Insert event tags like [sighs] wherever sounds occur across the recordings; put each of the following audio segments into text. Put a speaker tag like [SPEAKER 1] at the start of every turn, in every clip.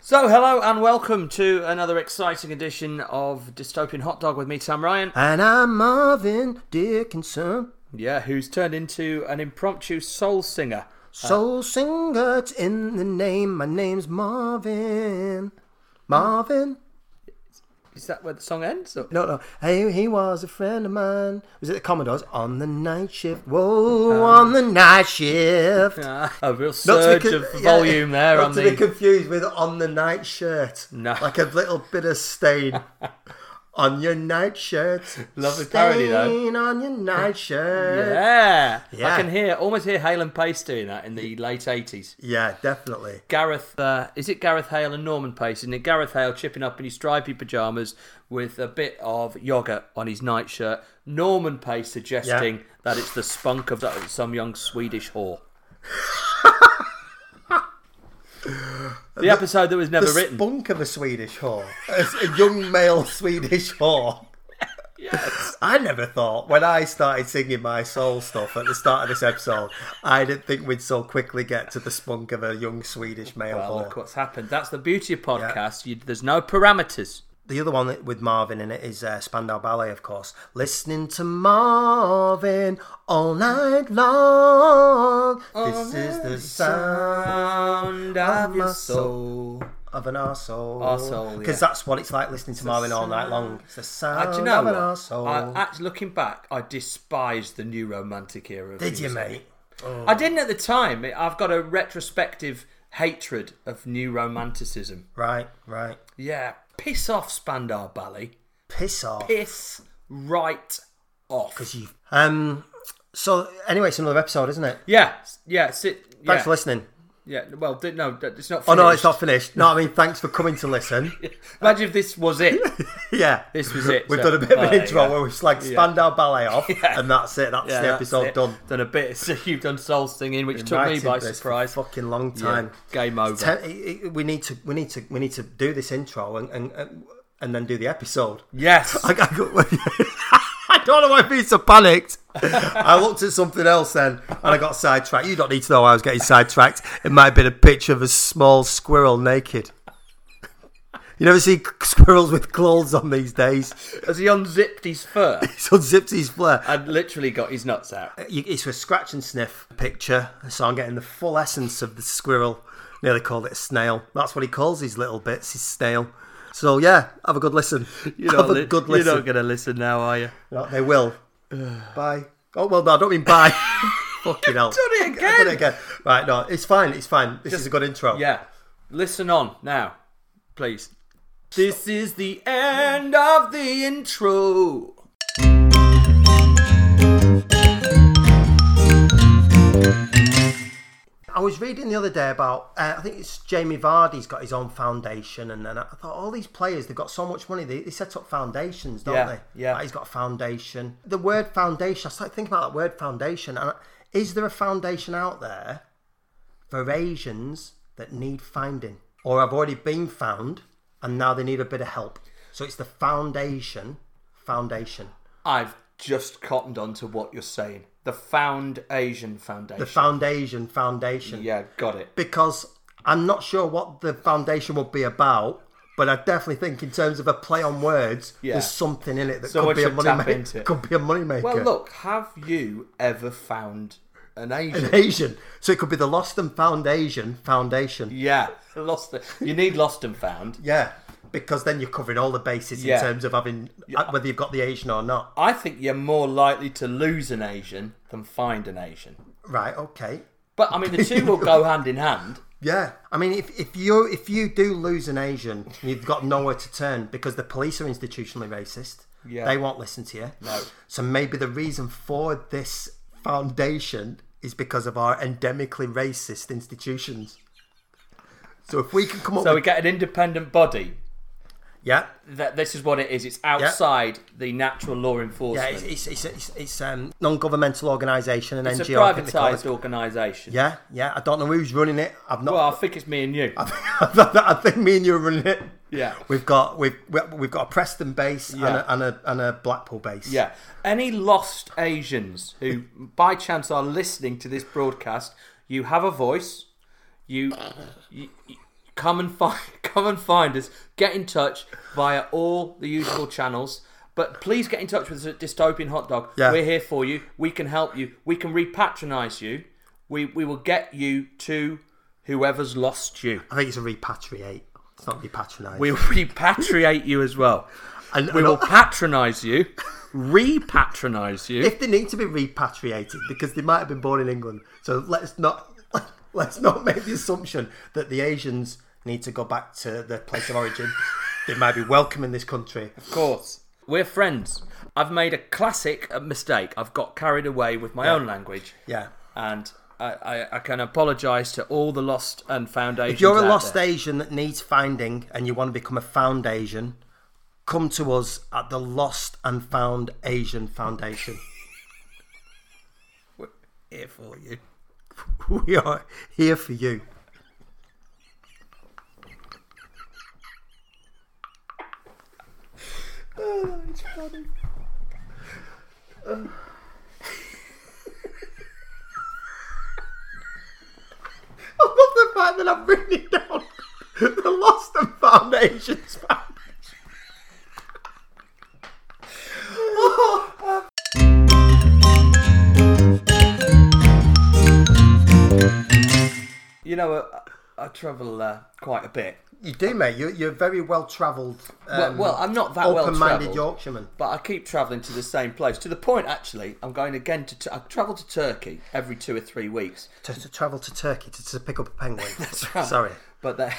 [SPEAKER 1] So, hello and welcome to another exciting edition of Dystopian Hot Dog with me, Sam Ryan.
[SPEAKER 2] And I'm Marvin Dickinson,
[SPEAKER 1] Yeah, who's turned into an impromptu soul singer.
[SPEAKER 2] soul singer. It's in the name. My name's Marvin. Marvin.
[SPEAKER 1] Is that where the song ends? Or-
[SPEAKER 2] No, no. Hey, he was a friend of mine. Was it the Commodores? On the night shift. Whoa, on the night
[SPEAKER 1] [laughs]
[SPEAKER 2] shift.
[SPEAKER 1] Ah, a real
[SPEAKER 2] Not to
[SPEAKER 1] surge
[SPEAKER 2] be con-
[SPEAKER 1] of
[SPEAKER 2] yeah,
[SPEAKER 1] volume there
[SPEAKER 2] Not
[SPEAKER 1] on
[SPEAKER 2] to
[SPEAKER 1] the.
[SPEAKER 2] be confused with on the night shirt.
[SPEAKER 1] No.
[SPEAKER 2] Like a little bit
[SPEAKER 1] [laughs]
[SPEAKER 2] of stain. on your night shirt.
[SPEAKER 1] Lovely parody, though.
[SPEAKER 2] Stain on
[SPEAKER 1] [laughs]
[SPEAKER 2] your night shirt.
[SPEAKER 1] yeah.
[SPEAKER 2] Yeah.
[SPEAKER 1] I can hear, almost hear Hale and Pace doing that in the late 80s.
[SPEAKER 2] yeah definitely.
[SPEAKER 1] Gareth, uh, is it Gareth Hale and Norman Pace? And Gareth Hale chipping up in his stripy pyjamas with a bit of yogurt on his nightshirt. Norman Pace suggesting that it's the spunk of that, some young Swedish
[SPEAKER 2] [laughs]
[SPEAKER 1] whore. the episode that was never
[SPEAKER 2] the
[SPEAKER 1] written.
[SPEAKER 2] spunk of a Swedish whore, As a young male Swedish whore.
[SPEAKER 1] Yes.
[SPEAKER 2] I never thought when I started singing my soul stuff at the start of this episode, I didn't think we'd so quickly get to the spunk of a young Swedish male
[SPEAKER 1] Well,
[SPEAKER 2] whore.
[SPEAKER 1] Oh, look what's happened. That's the beauty of podcasts. You, there's no parameters.
[SPEAKER 2] The other one that- with Marvin in it is uh, Spandau Ballet, of course. Listening to Marvin all night long. this is the sound
[SPEAKER 1] sound
[SPEAKER 2] of your
[SPEAKER 1] soul.
[SPEAKER 2] of an arsehole.
[SPEAKER 1] Arsehole,
[SPEAKER 2] Because
[SPEAKER 1] yeah.
[SPEAKER 2] that's what it's like listening to Marvin all night long. It's the sound
[SPEAKER 1] Uh, do you know
[SPEAKER 2] of an
[SPEAKER 1] what?
[SPEAKER 2] arsehole.
[SPEAKER 1] I, actually, looking back, I despised the new romantic era. Of
[SPEAKER 2] Did you,
[SPEAKER 1] music.
[SPEAKER 2] mate?
[SPEAKER 1] I didn't at the time. I've got a retrospective hatred of new romanticism.
[SPEAKER 2] Right, right.
[SPEAKER 1] Yeah, piss off, Spandau Ballet.
[SPEAKER 2] Piss off.
[SPEAKER 1] Piss right off.
[SPEAKER 2] Um. So anyway, it's another episode, isn't it?
[SPEAKER 1] Yeah, yeah, sit. Yeah,
[SPEAKER 2] Thanks for listening.
[SPEAKER 1] yeah. Well, di- no, it's not. Finished.
[SPEAKER 2] Oh no, it's not finished. No, I mean thanks for coming to listen.
[SPEAKER 1] [laughs] Imagine if this was it.
[SPEAKER 2] yeah,
[SPEAKER 1] This was it.
[SPEAKER 2] We've
[SPEAKER 1] so-
[SPEAKER 2] done a bit of an
[SPEAKER 1] uh,
[SPEAKER 2] intro
[SPEAKER 1] yeah.
[SPEAKER 2] where we've like Spandau Ballet off, and that's it.
[SPEAKER 1] [laughs]
[SPEAKER 2] That's
[SPEAKER 1] Yeah,
[SPEAKER 2] the
[SPEAKER 1] that's
[SPEAKER 2] episode
[SPEAKER 1] it.
[SPEAKER 2] done.
[SPEAKER 1] Done a bit. [laughs] So you've done soul singing, which took me
[SPEAKER 2] Writing
[SPEAKER 1] by
[SPEAKER 2] this for
[SPEAKER 1] surprise.
[SPEAKER 2] a fucking long
[SPEAKER 1] Yeah,
[SPEAKER 2] time.
[SPEAKER 1] game over.
[SPEAKER 2] Te- it- it- we need to, we need to, we need to do this intro and and and, and then do the episode.
[SPEAKER 1] yes.
[SPEAKER 2] [laughs] I, I, got, I don't know why I'm being so panicked. I looked at something else then and I got sidetracked. You don't need to know why I was getting sidetracked. It might have been a picture of a small squirrel naked. You never see squirrels with clothes on these days.
[SPEAKER 1] As he unzipped his fur,
[SPEAKER 2] [laughs] It's unzipped his flare.
[SPEAKER 1] I'd literally got his nuts out.
[SPEAKER 2] You- It's a scratch and sniff picture, so I'm getting the full essence of the squirrel. Nearly called it a snail. That's what he calls his little bits, his snail. So yeah, have a good
[SPEAKER 1] [laughs]
[SPEAKER 2] listen.
[SPEAKER 1] You're
[SPEAKER 2] have
[SPEAKER 1] not,
[SPEAKER 2] a
[SPEAKER 1] li-
[SPEAKER 2] good
[SPEAKER 1] you're
[SPEAKER 2] listen.
[SPEAKER 1] not going to listen now, are you?
[SPEAKER 2] No, they
[SPEAKER 1] [sighs]
[SPEAKER 2] will. bye. Oh well, no, I don't
[SPEAKER 1] [laughs]
[SPEAKER 2] mean bye. Fucking hell.
[SPEAKER 1] done it
[SPEAKER 2] I've done
[SPEAKER 1] again.
[SPEAKER 2] it again. Right, no, it's fine. It's fine. This is a good intro.
[SPEAKER 1] Yeah. Listen on now, please. This is the end of the intro.
[SPEAKER 2] I was reading the other day about. Uh, I think it's Jamie Vardy's got his own foundation, and then I thought all these players they've got so much money. They, they set up foundations, don't
[SPEAKER 1] Yeah,
[SPEAKER 2] they?
[SPEAKER 1] yeah.
[SPEAKER 2] Like, he's got a foundation. The word foundation. I started thinking about that word foundation. And I- is there a foundation out there for Asians that need finding, or have already been found, and now they need a bit of help? So it's the foundation. Foundation.
[SPEAKER 1] I've just cottoned on to what you're saying. The Found Asian Foundation.
[SPEAKER 2] The foundation. Foundation.
[SPEAKER 1] yeah, got it.
[SPEAKER 2] because I'm not sure what the foundation would be about, but I definitely think in terms of a play on words,
[SPEAKER 1] Yeah.
[SPEAKER 2] there's something in it that
[SPEAKER 1] Someone
[SPEAKER 2] could be a
[SPEAKER 1] should tap
[SPEAKER 2] money
[SPEAKER 1] into
[SPEAKER 2] maker.
[SPEAKER 1] it.
[SPEAKER 2] [laughs] Could be a money maker.
[SPEAKER 1] Well, look, have you ever found an Asian?
[SPEAKER 2] An Asian, so it could be the Lost and Found Asian Foundation.
[SPEAKER 1] yeah, lost. The, you need lost and found.
[SPEAKER 2] Yeah, because then you're covering all the bases
[SPEAKER 1] Yeah.
[SPEAKER 2] in terms of having whether you've got the Asian or not.
[SPEAKER 1] I think you're more likely to lose an Asian than find an Asian.
[SPEAKER 2] Right? Okay.
[SPEAKER 1] But I mean, the two will [laughs] go hand in hand.
[SPEAKER 2] Yeah, I mean, if, if you if you do lose an Asian, you've got nowhere to turn because the police are institutionally racist.
[SPEAKER 1] Yeah.
[SPEAKER 2] they won't listen to you. No. So maybe the reason for this foundation is because of our endemically racist institutions. So if we can come up
[SPEAKER 1] So we
[SPEAKER 2] with
[SPEAKER 1] get an independent body.
[SPEAKER 2] yeah,
[SPEAKER 1] That this is what it is. It's outside the natural law
[SPEAKER 2] yeah,
[SPEAKER 1] enforcement.
[SPEAKER 2] it's it's it's, it's, it's um, non-governmental organisation and
[SPEAKER 1] it's a
[SPEAKER 2] NGO. I think they call it.
[SPEAKER 1] privatised organisation.
[SPEAKER 2] Yeah, yeah. I don't know who's running it. I've not.
[SPEAKER 1] Well, I think it's me and you.
[SPEAKER 2] [laughs] I think me and you are running it.
[SPEAKER 1] Yeah.
[SPEAKER 2] we've got we've we- we've got a Preston base
[SPEAKER 1] Yeah.
[SPEAKER 2] and, a, and a and a Blackpool base.
[SPEAKER 1] Yeah. Any lost Asians who, by chance, are listening to this broadcast, you have a voice. You, you, come and find [laughs] come and find us. Get in touch via all the usual channels. But please get in touch with us at Dystopian Hot Dog.
[SPEAKER 2] Yeah.
[SPEAKER 1] We're here for you. We can help you. We can repatronise you. We we will get you to whoever's lost you.
[SPEAKER 2] I think it's a repatriate. It's not repatronise.
[SPEAKER 1] We'll repatriate you as well.
[SPEAKER 2] and,
[SPEAKER 1] We
[SPEAKER 2] and
[SPEAKER 1] will patronise you, repatronise you.
[SPEAKER 2] if they need to be repatriated because they might have been born in England. So let's not [laughs] let's not make the assumption that the Asians need to go back to their place of origin. they might be welcome in this country.
[SPEAKER 1] Of course. We're friends. I've made a classic uh, mistake. I've got carried away with my own language.
[SPEAKER 2] Yeah.
[SPEAKER 1] And I, I, I can apologise to all the lost and found Asians.
[SPEAKER 2] If you're a
[SPEAKER 1] out
[SPEAKER 2] lost
[SPEAKER 1] there.
[SPEAKER 2] Asian that needs finding and you want to become a found Asian, come to us at the Lost and Found Asian Foundation.
[SPEAKER 1] We're here for you.
[SPEAKER 2] [laughs] we are here for you. [laughs] I love the fact that I'm bringing down [laughs] the Lost and Found Asians Foundation.
[SPEAKER 1] You know, uh, I, I travel uh, quite a bit.
[SPEAKER 2] You do, mate. You're, you're very well travelled. Um,
[SPEAKER 1] well, I'm not that
[SPEAKER 2] open-minded
[SPEAKER 1] well-travelled.
[SPEAKER 2] Yorkshireman.
[SPEAKER 1] But I keep travelling to the same place. To the point, actually, I'm going again to. T- I travel to Turkey every two or three weeks.
[SPEAKER 2] To, to travel to Turkey to, to pick up a penguin. [laughs] That's
[SPEAKER 1] right.
[SPEAKER 2] Sorry,
[SPEAKER 1] But [laughs] that,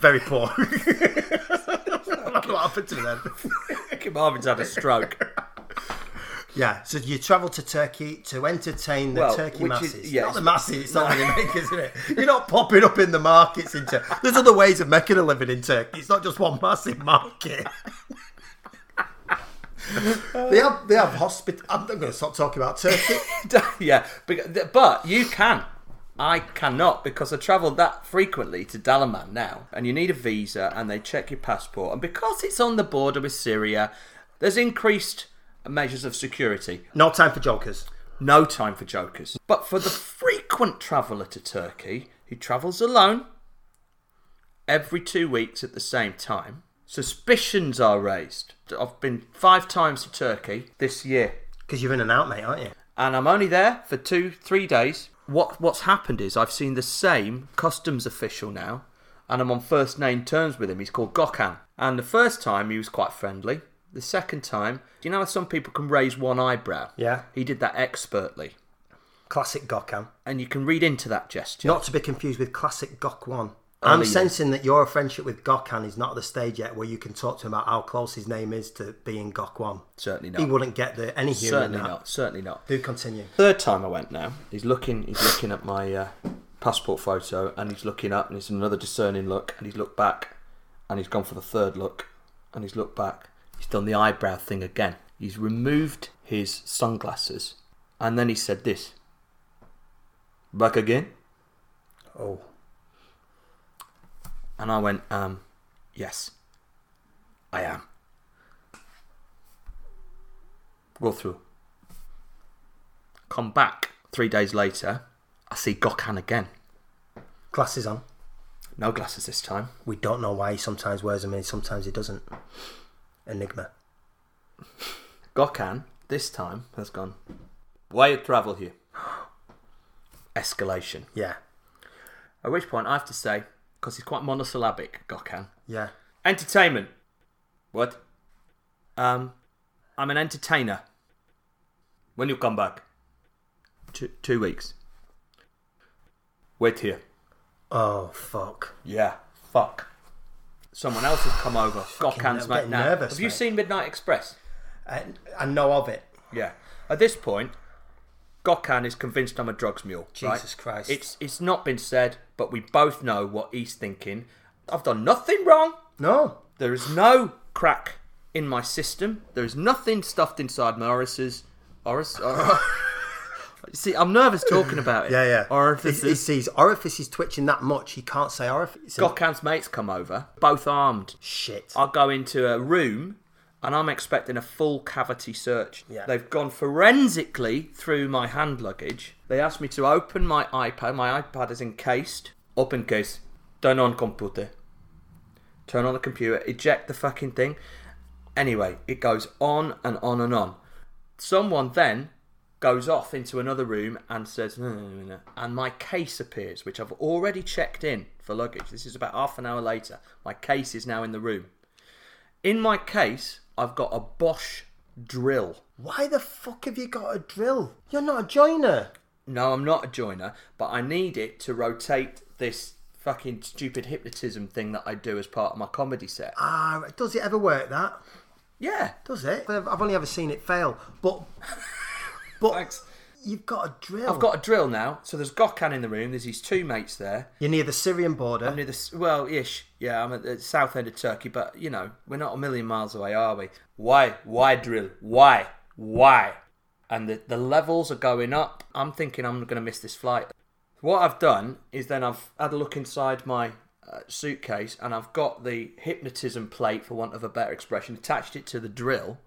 [SPEAKER 2] very [laughs] poor. I don't know what happened to me then.
[SPEAKER 1] Marvin's had a stroke.
[SPEAKER 2] Yeah, so you travel to Turkey to entertain the
[SPEAKER 1] Well,
[SPEAKER 2] Turkey
[SPEAKER 1] which is-
[SPEAKER 2] masses.
[SPEAKER 1] yeah,
[SPEAKER 2] not the
[SPEAKER 1] it's-
[SPEAKER 2] masses, it's not really make, isn't it? You're not popping up in the markets in Turkey. There's other ways of making a living in Turkey. It's not just one massive market. they have they have hospital. I'm, I'm going to stop talking about Turkey. [laughs]
[SPEAKER 1] [laughs] yeah, but, but you can. I cannot because I travel that frequently to Dalaman now, and you need a visa, and they check your passport. And because it's on the border with Syria, there's increased measures of security.
[SPEAKER 2] no time for jokers.
[SPEAKER 1] No time for jokers. But for the frequent traveller to Turkey who travels alone every two weeks at the same time, suspicions are raised. I've been five times to Turkey this year
[SPEAKER 2] Because you're in and out, mate, aren't you?
[SPEAKER 1] and I'm only there for two, three days. What what's happened is I've seen the same customs official now, and I'm on first name terms with him. He's called Gokhan, and the first time he was quite friendly. The second time, you know how some people can raise one eyebrow?
[SPEAKER 2] Yeah.
[SPEAKER 1] he did that expertly,
[SPEAKER 2] Classic Gokhan.
[SPEAKER 1] and you can read into that gesture.
[SPEAKER 2] Not to be confused with classic Gok One. I'm
[SPEAKER 1] Oh, yeah.
[SPEAKER 2] sensing that your friendship with Gokhan is not at the stage yet where you can talk to him about how close his name is to being Gok One.
[SPEAKER 1] Certainly
[SPEAKER 2] He
[SPEAKER 1] not.
[SPEAKER 2] wouldn't get there. Any human.
[SPEAKER 1] Certainly
[SPEAKER 2] now.
[SPEAKER 1] not. Certainly not.
[SPEAKER 2] Do continue.
[SPEAKER 1] Third time I went now, he's looking. He's looking at my uh, passport photo, and he's looking up, and it's another discerning look, and he's looked back, and he's gone for the third look, and he's looked back. He's done the eyebrow thing again. He's removed his sunglasses, and then he said this. Back again,
[SPEAKER 2] Oh,
[SPEAKER 1] and I went, um, yes, I am. Go through. Come back three days later. I see Gokhan again.
[SPEAKER 2] glasses on.
[SPEAKER 1] No glasses this time.
[SPEAKER 2] We don't know why he sometimes wears them and sometimes he doesn't. Enigma.
[SPEAKER 1] Gokhan, this time, has gone. Why you travel here? [gasps] Escalation.
[SPEAKER 2] Yeah.
[SPEAKER 1] At which point I have to say, because he's quite monosyllabic, Gokhan.
[SPEAKER 2] Yeah.
[SPEAKER 1] Entertainment. What? Um, I'm an entertainer. When you come back? Two, two weeks. Wait here.
[SPEAKER 2] Oh fuck.
[SPEAKER 1] Yeah. Fuck. Someone else has come over. Gokhan's
[SPEAKER 2] I'm
[SPEAKER 1] mate
[SPEAKER 2] getting
[SPEAKER 1] now.
[SPEAKER 2] nervous,
[SPEAKER 1] have you
[SPEAKER 2] mate.
[SPEAKER 1] seen Midnight Express?
[SPEAKER 2] I, I know of it.
[SPEAKER 1] Yeah. At this point, Gokhan is convinced I'm a drugs mule.
[SPEAKER 2] Jesus
[SPEAKER 1] right?
[SPEAKER 2] Christ.
[SPEAKER 1] It's it's not been said, but we both know what he's thinking. I've done nothing wrong.
[SPEAKER 2] No.
[SPEAKER 1] There is no crack in my system. There is nothing stuffed inside my orifices. Oris.
[SPEAKER 2] [laughs]
[SPEAKER 1] or- See, I'm nervous talking about it.
[SPEAKER 2] Yeah, yeah.
[SPEAKER 1] Orifices.
[SPEAKER 2] He, he sees orifices twitching that much, he can't say orifice.
[SPEAKER 1] Gokhan's mates come over, both armed.
[SPEAKER 2] Shit.
[SPEAKER 1] I go into a room and I'm expecting a full cavity search.
[SPEAKER 2] Yeah.
[SPEAKER 1] They've gone forensically through my hand luggage. They asked me to open my iPad. My iPad is encased. Open case. Turn on computer. Turn on the computer. Eject the fucking thing. Anyway, it goes on and on and on. Someone then goes off into another room and says, no, no, no, no. and my case appears, which I've already checked in for luggage. This is about half an hour later. My case is now in the room. In my case, I've got a Bosch drill.
[SPEAKER 2] Why the fuck have you got a drill? You're not a joiner.
[SPEAKER 1] No, I'm not a joiner, but I need it to rotate this fucking stupid hypnotism thing that I do as part of my comedy set.
[SPEAKER 2] Ah, right. does it ever work that?
[SPEAKER 1] Yeah.
[SPEAKER 2] Does it? I've I've only ever seen it fail. But [laughs] but
[SPEAKER 1] Thanks.
[SPEAKER 2] you've got a drill.
[SPEAKER 1] I've got a drill now. So there's Gokhan in the room. There's his two mates there.
[SPEAKER 2] You're near the Syrian border.
[SPEAKER 1] Near the, s- well, ish. Yeah, I'm at the south end of Turkey, but you know, we're not a million miles away, are we? Why? Why drill? Why? Why? And the, the levels are going up. I'm thinking I'm going to miss this flight. What I've done is then I've had a look inside my uh, suitcase and I've got the hypnotism plate, for want of a better expression, attached it to the drill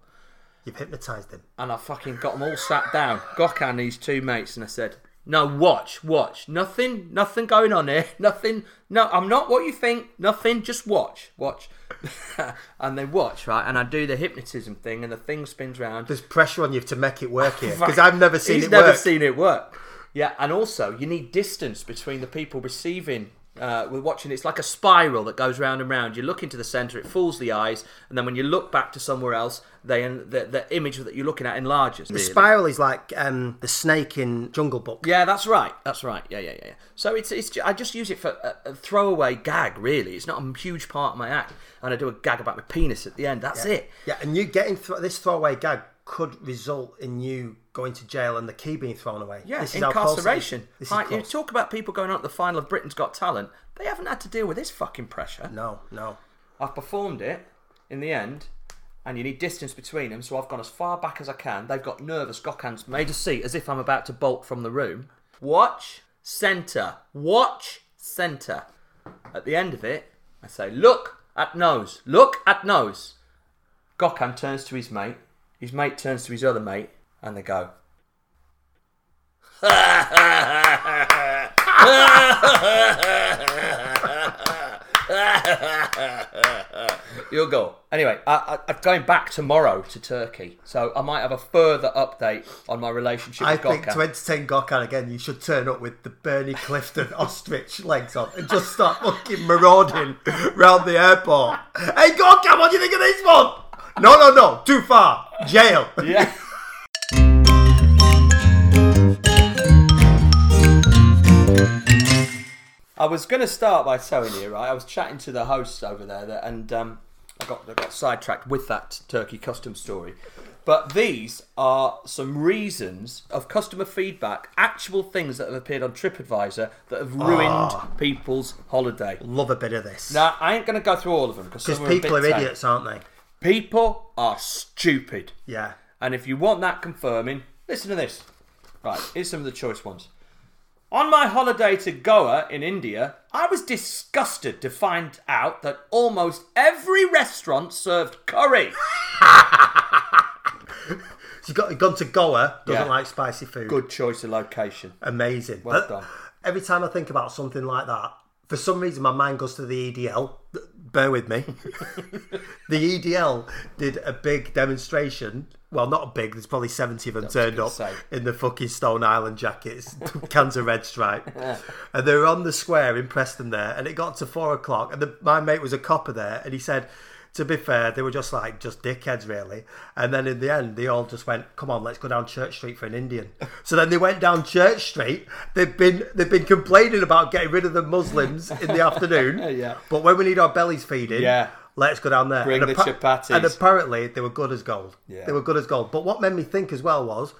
[SPEAKER 2] You've hypnotised him.
[SPEAKER 1] and I fucking got them all sat down. Gokhan, these two mates, and I said, "No, watch, watch. Nothing, nothing going on here. [laughs] Nothing. No, I'm not what you think. Nothing. Just watch, watch." [laughs] and they watch, right? And I do the hypnotism thing, and the thing spins round.
[SPEAKER 2] There's pressure on you to make it
[SPEAKER 1] [laughs]
[SPEAKER 2] work here because I've never seen
[SPEAKER 1] He's
[SPEAKER 2] it
[SPEAKER 1] never
[SPEAKER 2] work.
[SPEAKER 1] seen it work. Yeah, and also you need distance between the people receiving. Uh, we're watching. It's like a spiral that goes round and round. You look into the centre, it fools the eyes, and then when you look back to somewhere else, they the, the image that you're looking at enlarges.
[SPEAKER 2] the
[SPEAKER 1] really.
[SPEAKER 2] spiral is like um, the snake in Jungle Book.
[SPEAKER 1] Yeah, that's right. That's right. Yeah, yeah, yeah. yeah. So it's it's ju- I just use it for a, a throwaway gag. Really, it's not a huge part of my act, and I do a gag about my penis at the end. That's it.
[SPEAKER 2] Yeah, and you getting thro- this throwaway gag could result in you going to jail and the key being thrown away.
[SPEAKER 1] Yeah,
[SPEAKER 2] this is how close it is.
[SPEAKER 1] incarceration.
[SPEAKER 2] This is
[SPEAKER 1] Like, you
[SPEAKER 2] close.
[SPEAKER 1] talk about people going on to the final of Britain's Got Talent. They haven't had to deal with this fucking pressure.
[SPEAKER 2] No, no.
[SPEAKER 1] I've performed it in the end, and you need distance between them. So I've gone as far back as I can. They've got nervous. Gokhan's made a seat as if I'm about to bolt from the room. Watch centre. Watch centre. At the end of it, I say, "Look at nose. Look at nose." Gokhan turns to his mate. His mate turns to his other mate, and they go. [laughs] You'll go. Anyway, I, I, I'm going back tomorrow to Turkey, so I might have a further update on my relationship
[SPEAKER 2] I
[SPEAKER 1] with
[SPEAKER 2] think
[SPEAKER 1] Gokhan.
[SPEAKER 2] to entertain Gokhan again, you should turn up with the Bernie Clifton [laughs] ostrich legs on and just start fucking marauding round the airport. Hey, Gokhan, what do you think of this one? No, no, no, too far. Jail.
[SPEAKER 1] yeah. I was going to start by telling you, right? I was chatting to the hosts over there, that, and um, I got I got sidetracked with that Turkey custom story. But these are some reasons of customer feedback, actual things that have appeared on TripAdvisor that have ruined
[SPEAKER 2] Ah.
[SPEAKER 1] people's holiday.
[SPEAKER 2] Love a bit of this.
[SPEAKER 1] Now, I ain't going to go through all of them because
[SPEAKER 2] Because people are idiots, aren't they?
[SPEAKER 1] People are stupid.
[SPEAKER 2] Yeah.
[SPEAKER 1] And if you want that confirming, listen to this. Right, here's some of the choice ones. On my holiday to Goa in India, I was disgusted to find out that almost every restaurant served curry.
[SPEAKER 2] So you've got, you've gone to Goa, doesn't
[SPEAKER 1] Yeah.
[SPEAKER 2] like spicy food.
[SPEAKER 1] Good choice of location.
[SPEAKER 2] Amazing.
[SPEAKER 1] Well
[SPEAKER 2] But
[SPEAKER 1] done.
[SPEAKER 2] Every time I think about something like that, for some reason my mind goes to the EDL. Bear
[SPEAKER 1] [laughs]
[SPEAKER 2] with me. the EDL did a big demonstration. Well, not a big. There's probably 70 of them turned
[SPEAKER 1] gonna
[SPEAKER 2] up
[SPEAKER 1] say.
[SPEAKER 2] in the fucking Stone
[SPEAKER 1] [laughs]
[SPEAKER 2] Island jackets, cans of red stripe. And they were on the square in Preston there. And it got to four o'clock. And the, my mate was a copper there. And he said, to be fair, they were just like, just dickheads, really. And then in the end, they all just went, come on, let's go down Church Street for an Indian. So then they went down Church Street. They've been they've been complaining about getting rid of the Muslims in the afternoon.
[SPEAKER 1] [laughs] Yeah.
[SPEAKER 2] But when we need our bellies feeding,
[SPEAKER 1] Yeah.
[SPEAKER 2] let's go down there.
[SPEAKER 1] Bring
[SPEAKER 2] And
[SPEAKER 1] the
[SPEAKER 2] appa-
[SPEAKER 1] chapatis.
[SPEAKER 2] And apparently, they were good as gold.
[SPEAKER 1] Yeah.
[SPEAKER 2] They were good as gold. But what made me think as well was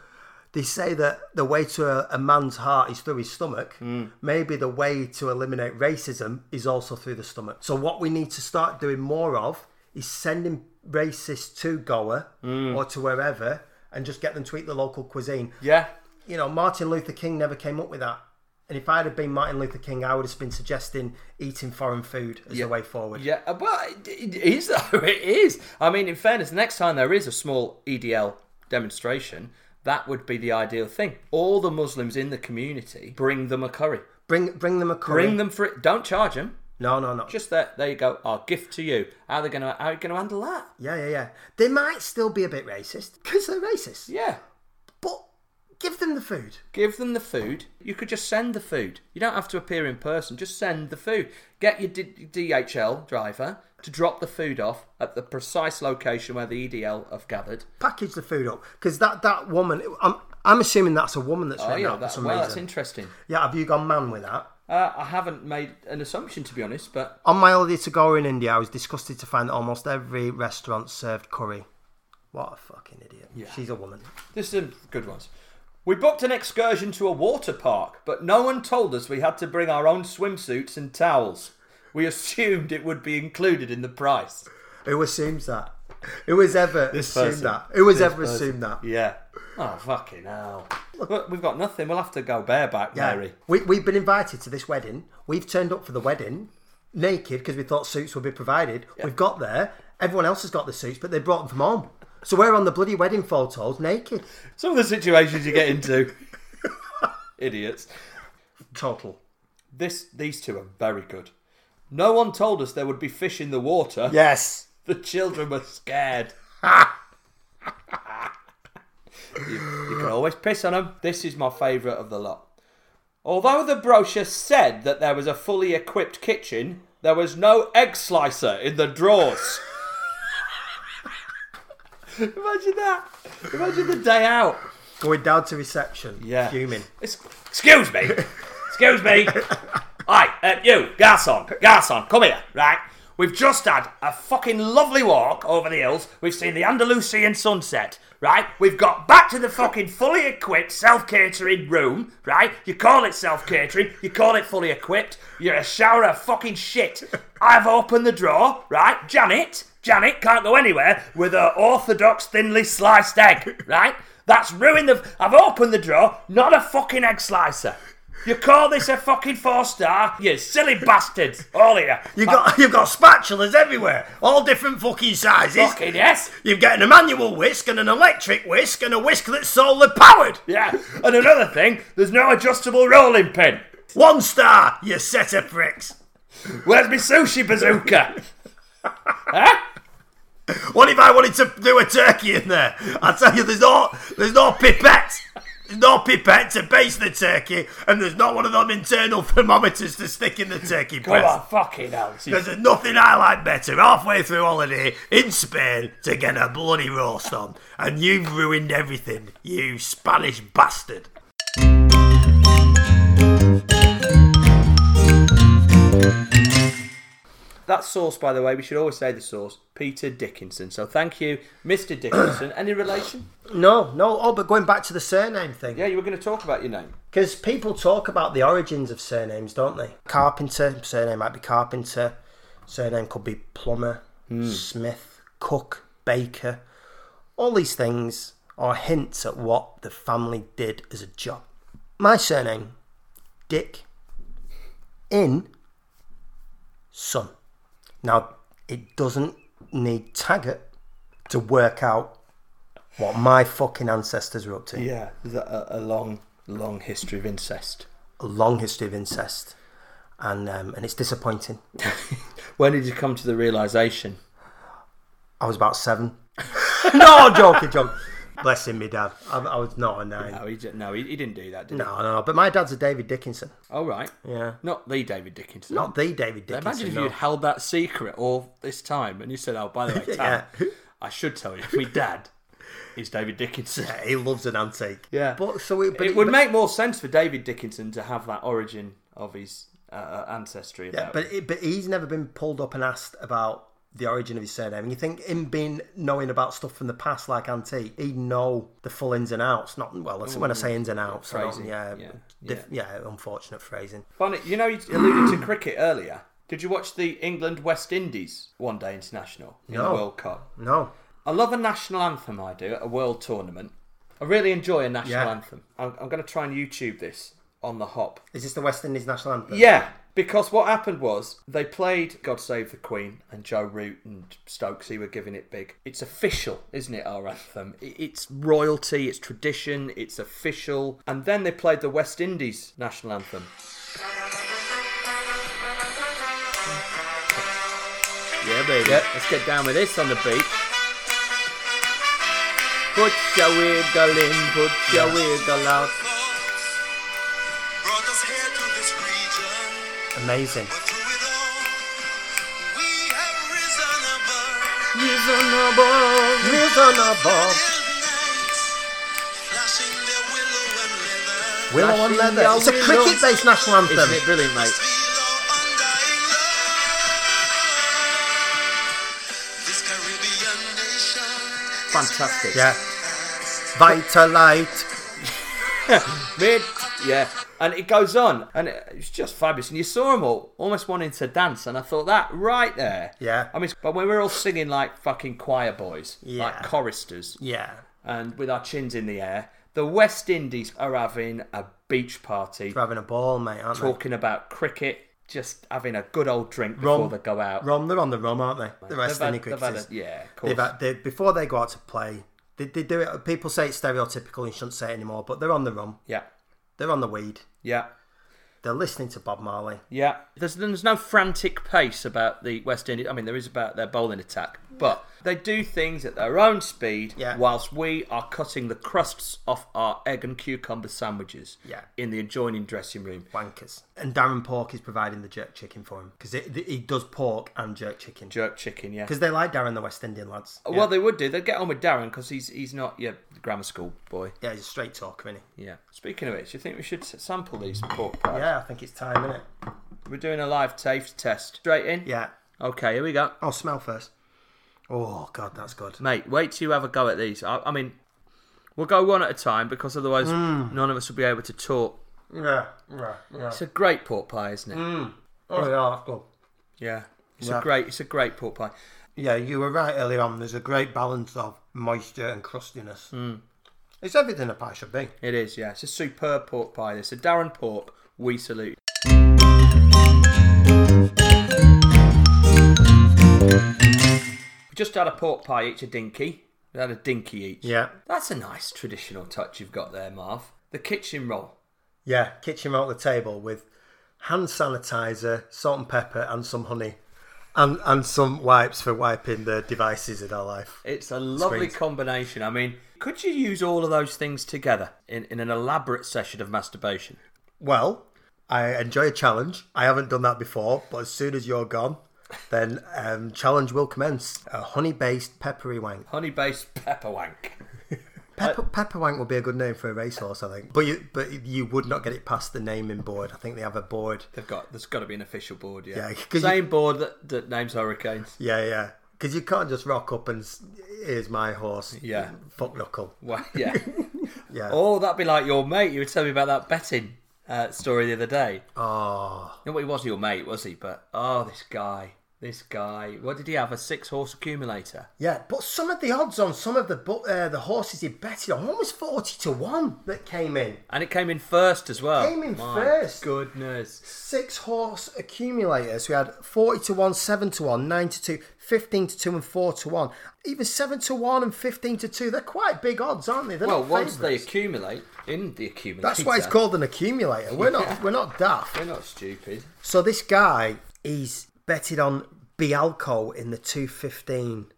[SPEAKER 2] they say that the way to a, a man's heart is through his stomach.
[SPEAKER 1] Hmm.
[SPEAKER 2] Maybe the way to eliminate racism is also through the stomach. So, what we need to start doing more of is sending racists to Goa
[SPEAKER 1] Hmm.
[SPEAKER 2] or to wherever and just get them to eat the local cuisine.
[SPEAKER 1] Yeah.
[SPEAKER 2] You know, Martin Luther King never came up with that. And if I'd have been Martin Luther King, I would have been suggesting eating foreign food as the way forward.
[SPEAKER 1] Yeah, uh, well, it it is [laughs] though. It is. I mean, in fairness, next time there is a small EDL demonstration, that would be the ideal thing. All the Muslims in the community bring them a curry.
[SPEAKER 2] Bring bring them a curry.
[SPEAKER 1] Bring them for it. Don't charge them.
[SPEAKER 2] No, no, no.
[SPEAKER 1] Just there, there you go. Our gift to you. How are they going to? How are you going to handle that?
[SPEAKER 2] Yeah, yeah, yeah. They might still be a bit racist because they're racist.
[SPEAKER 1] Yeah.
[SPEAKER 2] But give them the food.
[SPEAKER 1] Give them the food. You could just send the food. You don't have to appear in person. Just send the food. Get your D- DHL driver to drop the food off at the precise location where the EDL have gathered.
[SPEAKER 2] Package the food up because that that woman. I'm I'm assuming that's a woman that's
[SPEAKER 1] Oh
[SPEAKER 2] written
[SPEAKER 1] yeah,
[SPEAKER 2] out for
[SPEAKER 1] that,
[SPEAKER 2] some
[SPEAKER 1] well, that's
[SPEAKER 2] reason.
[SPEAKER 1] interesting.
[SPEAKER 2] yeah, have you gone man with that?
[SPEAKER 1] Uh, I haven't made an assumption to be honest, but
[SPEAKER 2] On my holiday to Goa in India, I was disgusted to find that almost every restaurant served curry. What a fucking idiot. She's a woman.
[SPEAKER 1] this is good ones. We booked an excursion to a water park, but no one told us we had to bring our own swimsuits and towels. We [laughs] assumed it would be included in the price.
[SPEAKER 2] Who assumes that? Who has ever assumed
[SPEAKER 1] person.
[SPEAKER 2] that? Who has ever assumed that?
[SPEAKER 1] Yeah. Oh fucking hell! Look, we've got nothing. We'll have to go bareback,
[SPEAKER 2] Yeah.
[SPEAKER 1] Mary.
[SPEAKER 2] We, we've been invited to this wedding. We've turned up for the wedding naked because we thought suits would be provided. We've got there. Everyone else has got the suits, but they brought them from home. So we're on the bloody wedding photos naked.
[SPEAKER 1] Some of the situations you get into, [laughs] idiots.
[SPEAKER 2] Total.
[SPEAKER 1] This, these two are very good. No one told us there would be fish in the water.
[SPEAKER 2] Yes.
[SPEAKER 1] The children were scared. you, you can always piss on them. This is my favourite of the lot. Although the brochure said that there was a fully equipped kitchen, there was no egg slicer in the drawers. Imagine that. Imagine the day out.
[SPEAKER 2] Going down to reception.
[SPEAKER 1] Yeah.
[SPEAKER 2] Fuming.
[SPEAKER 1] It's, excuse me. Excuse me. Hi, uh, you, Garson. Garson, come here. Right. We've just had a fucking lovely walk over the hills. We've seen the Andalusian sunset. Right. We've got back to the fucking fully equipped self catering room. Right. You call it self catering. You call it fully equipped. You're a shower of fucking shit. I've opened the drawer. Right. Janet. Janet can't go anywhere with her orthodox thinly sliced egg. Right. That's ruined the. I've opened the drawer. Not a fucking egg slicer. You call this a fucking four star? You silly bastards! All of you.
[SPEAKER 2] You got [laughs] you've got spatulas everywhere, all different fucking sizes.
[SPEAKER 1] Fucking yes.
[SPEAKER 2] You've got an manual whisk and an electric whisk and a whisk that's solar powered.
[SPEAKER 1] Yeah. And another thing, there's no adjustable rolling pin.
[SPEAKER 2] One star, you set of pricks.
[SPEAKER 1] Where's my sushi bazooka?
[SPEAKER 2] What if I wanted to do a turkey in there? I tell you, there's no there's no pipette. There's no pipette to base the turkey, and there's not one of them internal thermometers to stick in the turkey
[SPEAKER 1] Come
[SPEAKER 2] breast.
[SPEAKER 1] on, fucking hell. She's-
[SPEAKER 2] There's nothing I like better halfway through holiday in Spain to get a bloody roast on. And you've ruined everything, you Spanish bastard.
[SPEAKER 1] That sauce, by the way, we should always say the sauce. Peter Dickinson. So thank you, Mr. Dickinson. Any relation?
[SPEAKER 2] No, no, oh, but going back to the surname
[SPEAKER 1] Yeah,
[SPEAKER 2] thing.
[SPEAKER 1] you were going to talk about your name.
[SPEAKER 2] Because people talk about the origins of surnames, don't they? Carpenter, surname might be Carpenter, surname could be Plumber, Smith, Cook, Baker. All these things are hints at what the family did as a job. My surname, Dick in son. Now, it doesn't need Taggart to work out what my fucking ancestors were up to.
[SPEAKER 1] Yeah, there's a, a long, long history of incest.
[SPEAKER 2] A long history of incest, and um, and it's disappointing.
[SPEAKER 1] When did you come to the realization?
[SPEAKER 2] I was about seven. [laughs] no, joking, joking. Blessing me, Dad. I, I was not a nine.
[SPEAKER 1] No, he, j- no, he, he didn't do that, did
[SPEAKER 2] No, no, no. But my dad's a David Dickinson.
[SPEAKER 1] he? All right.
[SPEAKER 2] Yeah.
[SPEAKER 1] Not the David Dickinson.
[SPEAKER 2] Not the David Dickinson.
[SPEAKER 1] Imagine if
[SPEAKER 2] no.
[SPEAKER 1] you'd held that secret all this time and you said, oh, by
[SPEAKER 2] [laughs]
[SPEAKER 1] the way, Tam, I should tell you, my dad is David Dickinson.
[SPEAKER 2] [laughs] Yeah, he loves an antique.
[SPEAKER 1] Yeah.
[SPEAKER 2] But so it, but
[SPEAKER 1] It would make more sense for David Dickinson to have that origin of his uh, ancestry.
[SPEAKER 2] Yeah,
[SPEAKER 1] about-
[SPEAKER 2] but it, but he's never been pulled up and asked about the origin of his surname. And you think him being knowing about stuff from the past, like antique, he'd know the full ins and outs. Not well. That's when I say ins and outs, I don't-
[SPEAKER 1] Phrasing,
[SPEAKER 2] yeah,
[SPEAKER 1] yeah,
[SPEAKER 2] diff- yeah, unfortunate phrasing.
[SPEAKER 1] Funny, you know, you alluded to cricket earlier. Did you watch the England West Indies one day international in
[SPEAKER 2] No.
[SPEAKER 1] the World Cup?
[SPEAKER 2] No,
[SPEAKER 1] I love a national anthem. I do at a world tournament. I really enjoy a national
[SPEAKER 2] Yeah.
[SPEAKER 1] anthem. I'm, I'm going to try and YouTube this on the hop.
[SPEAKER 2] is this the West Indies national anthem?
[SPEAKER 1] Yeah, because what happened was they played God Save the Queen and Joe Root and Stokesy were giving it big. It's official, isn't it, our anthem? I- It's royalty, it's tradition, it's official. And then they played the West Indies national anthem. Yeah, baby.
[SPEAKER 2] Yep.
[SPEAKER 1] Let's get down with this on the beat. Put your wiggle in, put your wiggle out.
[SPEAKER 3] Brought us here to this region.
[SPEAKER 2] Amazing.
[SPEAKER 3] But through it all, we have risen above.
[SPEAKER 1] Reasonable.
[SPEAKER 2] Reasonable.
[SPEAKER 3] Their knights, flashing their willow and leather.
[SPEAKER 2] Willow on leather. It's a cricket-based national
[SPEAKER 1] Isn't it
[SPEAKER 2] anthem.
[SPEAKER 1] brilliant, mate?
[SPEAKER 3] Feel our undying love. This Caribbean nation is
[SPEAKER 1] Fantastic.
[SPEAKER 2] Yeah. Vitalite.
[SPEAKER 1] Mid. Yeah. And it goes on, and it- it's just fabulous. And you saw them all almost wanting to dance, and I thought that right there.
[SPEAKER 2] Yeah.
[SPEAKER 1] I mean, but when we're all singing like fucking choir boys, like
[SPEAKER 2] Yeah.
[SPEAKER 1] choristers,
[SPEAKER 2] Yeah.
[SPEAKER 1] and with our chins in the air, the West Indies are having a beach party,
[SPEAKER 2] They're having a ball, mate, aren't they?
[SPEAKER 1] talking about cricket, just having a good old drink before
[SPEAKER 2] Rum.
[SPEAKER 1] they go out.
[SPEAKER 2] Rum, they're on the rum, aren't they? The
[SPEAKER 1] They've
[SPEAKER 2] West
[SPEAKER 1] had-
[SPEAKER 2] Indian
[SPEAKER 1] they've had
[SPEAKER 2] cricketers.
[SPEAKER 1] a- yeah, of course.
[SPEAKER 2] They've had- they- before they go out to play, they, they do it. People say it's stereotypical and shouldn't say it anymore, but they're on the rum.
[SPEAKER 1] yeah,
[SPEAKER 2] They're on the weed.
[SPEAKER 1] yeah.
[SPEAKER 2] They're listening to Bob Marley.
[SPEAKER 1] Yeah, there's there's no frantic pace about the West Indies. I mean, there is about their bowling attack, but they do things at their own speed,
[SPEAKER 2] Yeah.
[SPEAKER 1] whilst we are cutting the crusts off our egg and cucumber sandwiches
[SPEAKER 2] Yeah.
[SPEAKER 1] in the adjoining dressing room.
[SPEAKER 2] Wankers. And Darren Pork is providing the jerk chicken for him because he does pork and jerk chicken. Because
[SPEAKER 1] Jerk chicken, yeah.
[SPEAKER 2] they like Darren, the West Indian lads.
[SPEAKER 1] Well, they would do. They'd get on with Darren because he's he's not your grammar school boy.
[SPEAKER 2] Yeah, he's a straight talker, isn't he?
[SPEAKER 1] Yeah. Speaking of which, you think we should s- sample these pork pies?
[SPEAKER 2] Yeah, I think it's time, isn't it?
[SPEAKER 1] We're doing a live taste test. Straight in.
[SPEAKER 2] Yeah.
[SPEAKER 1] Okay, here we go.
[SPEAKER 2] Oh, smell first. Oh, God, that's good.
[SPEAKER 1] Mate, wait till you have a go at these. I, I mean, we'll go one at a time because otherwise
[SPEAKER 2] Hmm.
[SPEAKER 1] none of us will be able to talk.
[SPEAKER 2] Yeah, yeah, yeah.
[SPEAKER 1] It's a great pork pie, isn't it?
[SPEAKER 2] Oh, yeah, that's good.
[SPEAKER 1] Yeah, it's
[SPEAKER 2] Yeah.
[SPEAKER 1] a great, it's a great pork pie.
[SPEAKER 2] Yeah, you were right earlier on. There's a great balance of moisture and crustiness. It's everything a pie should be.
[SPEAKER 1] It is. Yeah, it's a superb pork pie. This, a Darren Pork, we salute. We just had a pork pie each, a dinky. We had a dinky each.
[SPEAKER 2] Yeah.
[SPEAKER 1] That's a nice traditional touch you've got there, Marv. The kitchen roll.
[SPEAKER 2] Yeah, kitchen roll at the table with hand sanitizer, salt and pepper, and some honey. And, and some wipes for wiping the devices in our life.
[SPEAKER 1] It's a lovely
[SPEAKER 2] Screens.
[SPEAKER 1] combination. I mean, could you use all of those things together in, in an elaborate session of masturbation?
[SPEAKER 2] Well, I enjoy a challenge. I haven't done that before, but as soon as you're gone, then um, challenge will commence. A honey-based peppery wank.
[SPEAKER 1] Honey based pepper wank. Uh,
[SPEAKER 2] Pepper, pepper wank would be a good name for a racehorse, I think. But you, but you would not get it past the naming board. I think they have a board
[SPEAKER 1] They've got there's got to be an official board, yeah.
[SPEAKER 2] Yeah, 'cause
[SPEAKER 1] Same board that, that names hurricanes.
[SPEAKER 2] Yeah, yeah. Because you can't just rock up and s- here's my horse.
[SPEAKER 1] Yeah.
[SPEAKER 2] Fuck knuckle. [laughs]
[SPEAKER 1] Well, yeah.
[SPEAKER 2] Yeah.
[SPEAKER 1] oh, that'd be like your mate. You were telling me about that betting uh, story the other day.
[SPEAKER 2] Oh.
[SPEAKER 1] No, well, he wasn't your mate, was he? But oh, this guy, this guy. What did he have? A six horse accumulator.
[SPEAKER 2] Yeah, but some of the odds on some of the bu- uh, the horses he betted on, one was 40 to 1 that came in.
[SPEAKER 1] And it came in first as well.
[SPEAKER 2] Came in
[SPEAKER 1] My
[SPEAKER 2] first.
[SPEAKER 1] Goodness.
[SPEAKER 2] Six horse accumulators. We had 40 to 1, 7 to 1, 9 to 2, 15 to 2, and 4 to 1. Even 7 to 1 and 15 to 2, they're quite big odds, aren't they? They're
[SPEAKER 1] Well,
[SPEAKER 2] not
[SPEAKER 1] once they
[SPEAKER 2] favourites.
[SPEAKER 1] accumulate in the accumulator.
[SPEAKER 2] That's why it's called an accumulator. We're not we're not daft.
[SPEAKER 1] They're not stupid.
[SPEAKER 2] So this guy, he's betted on Bialco in the 215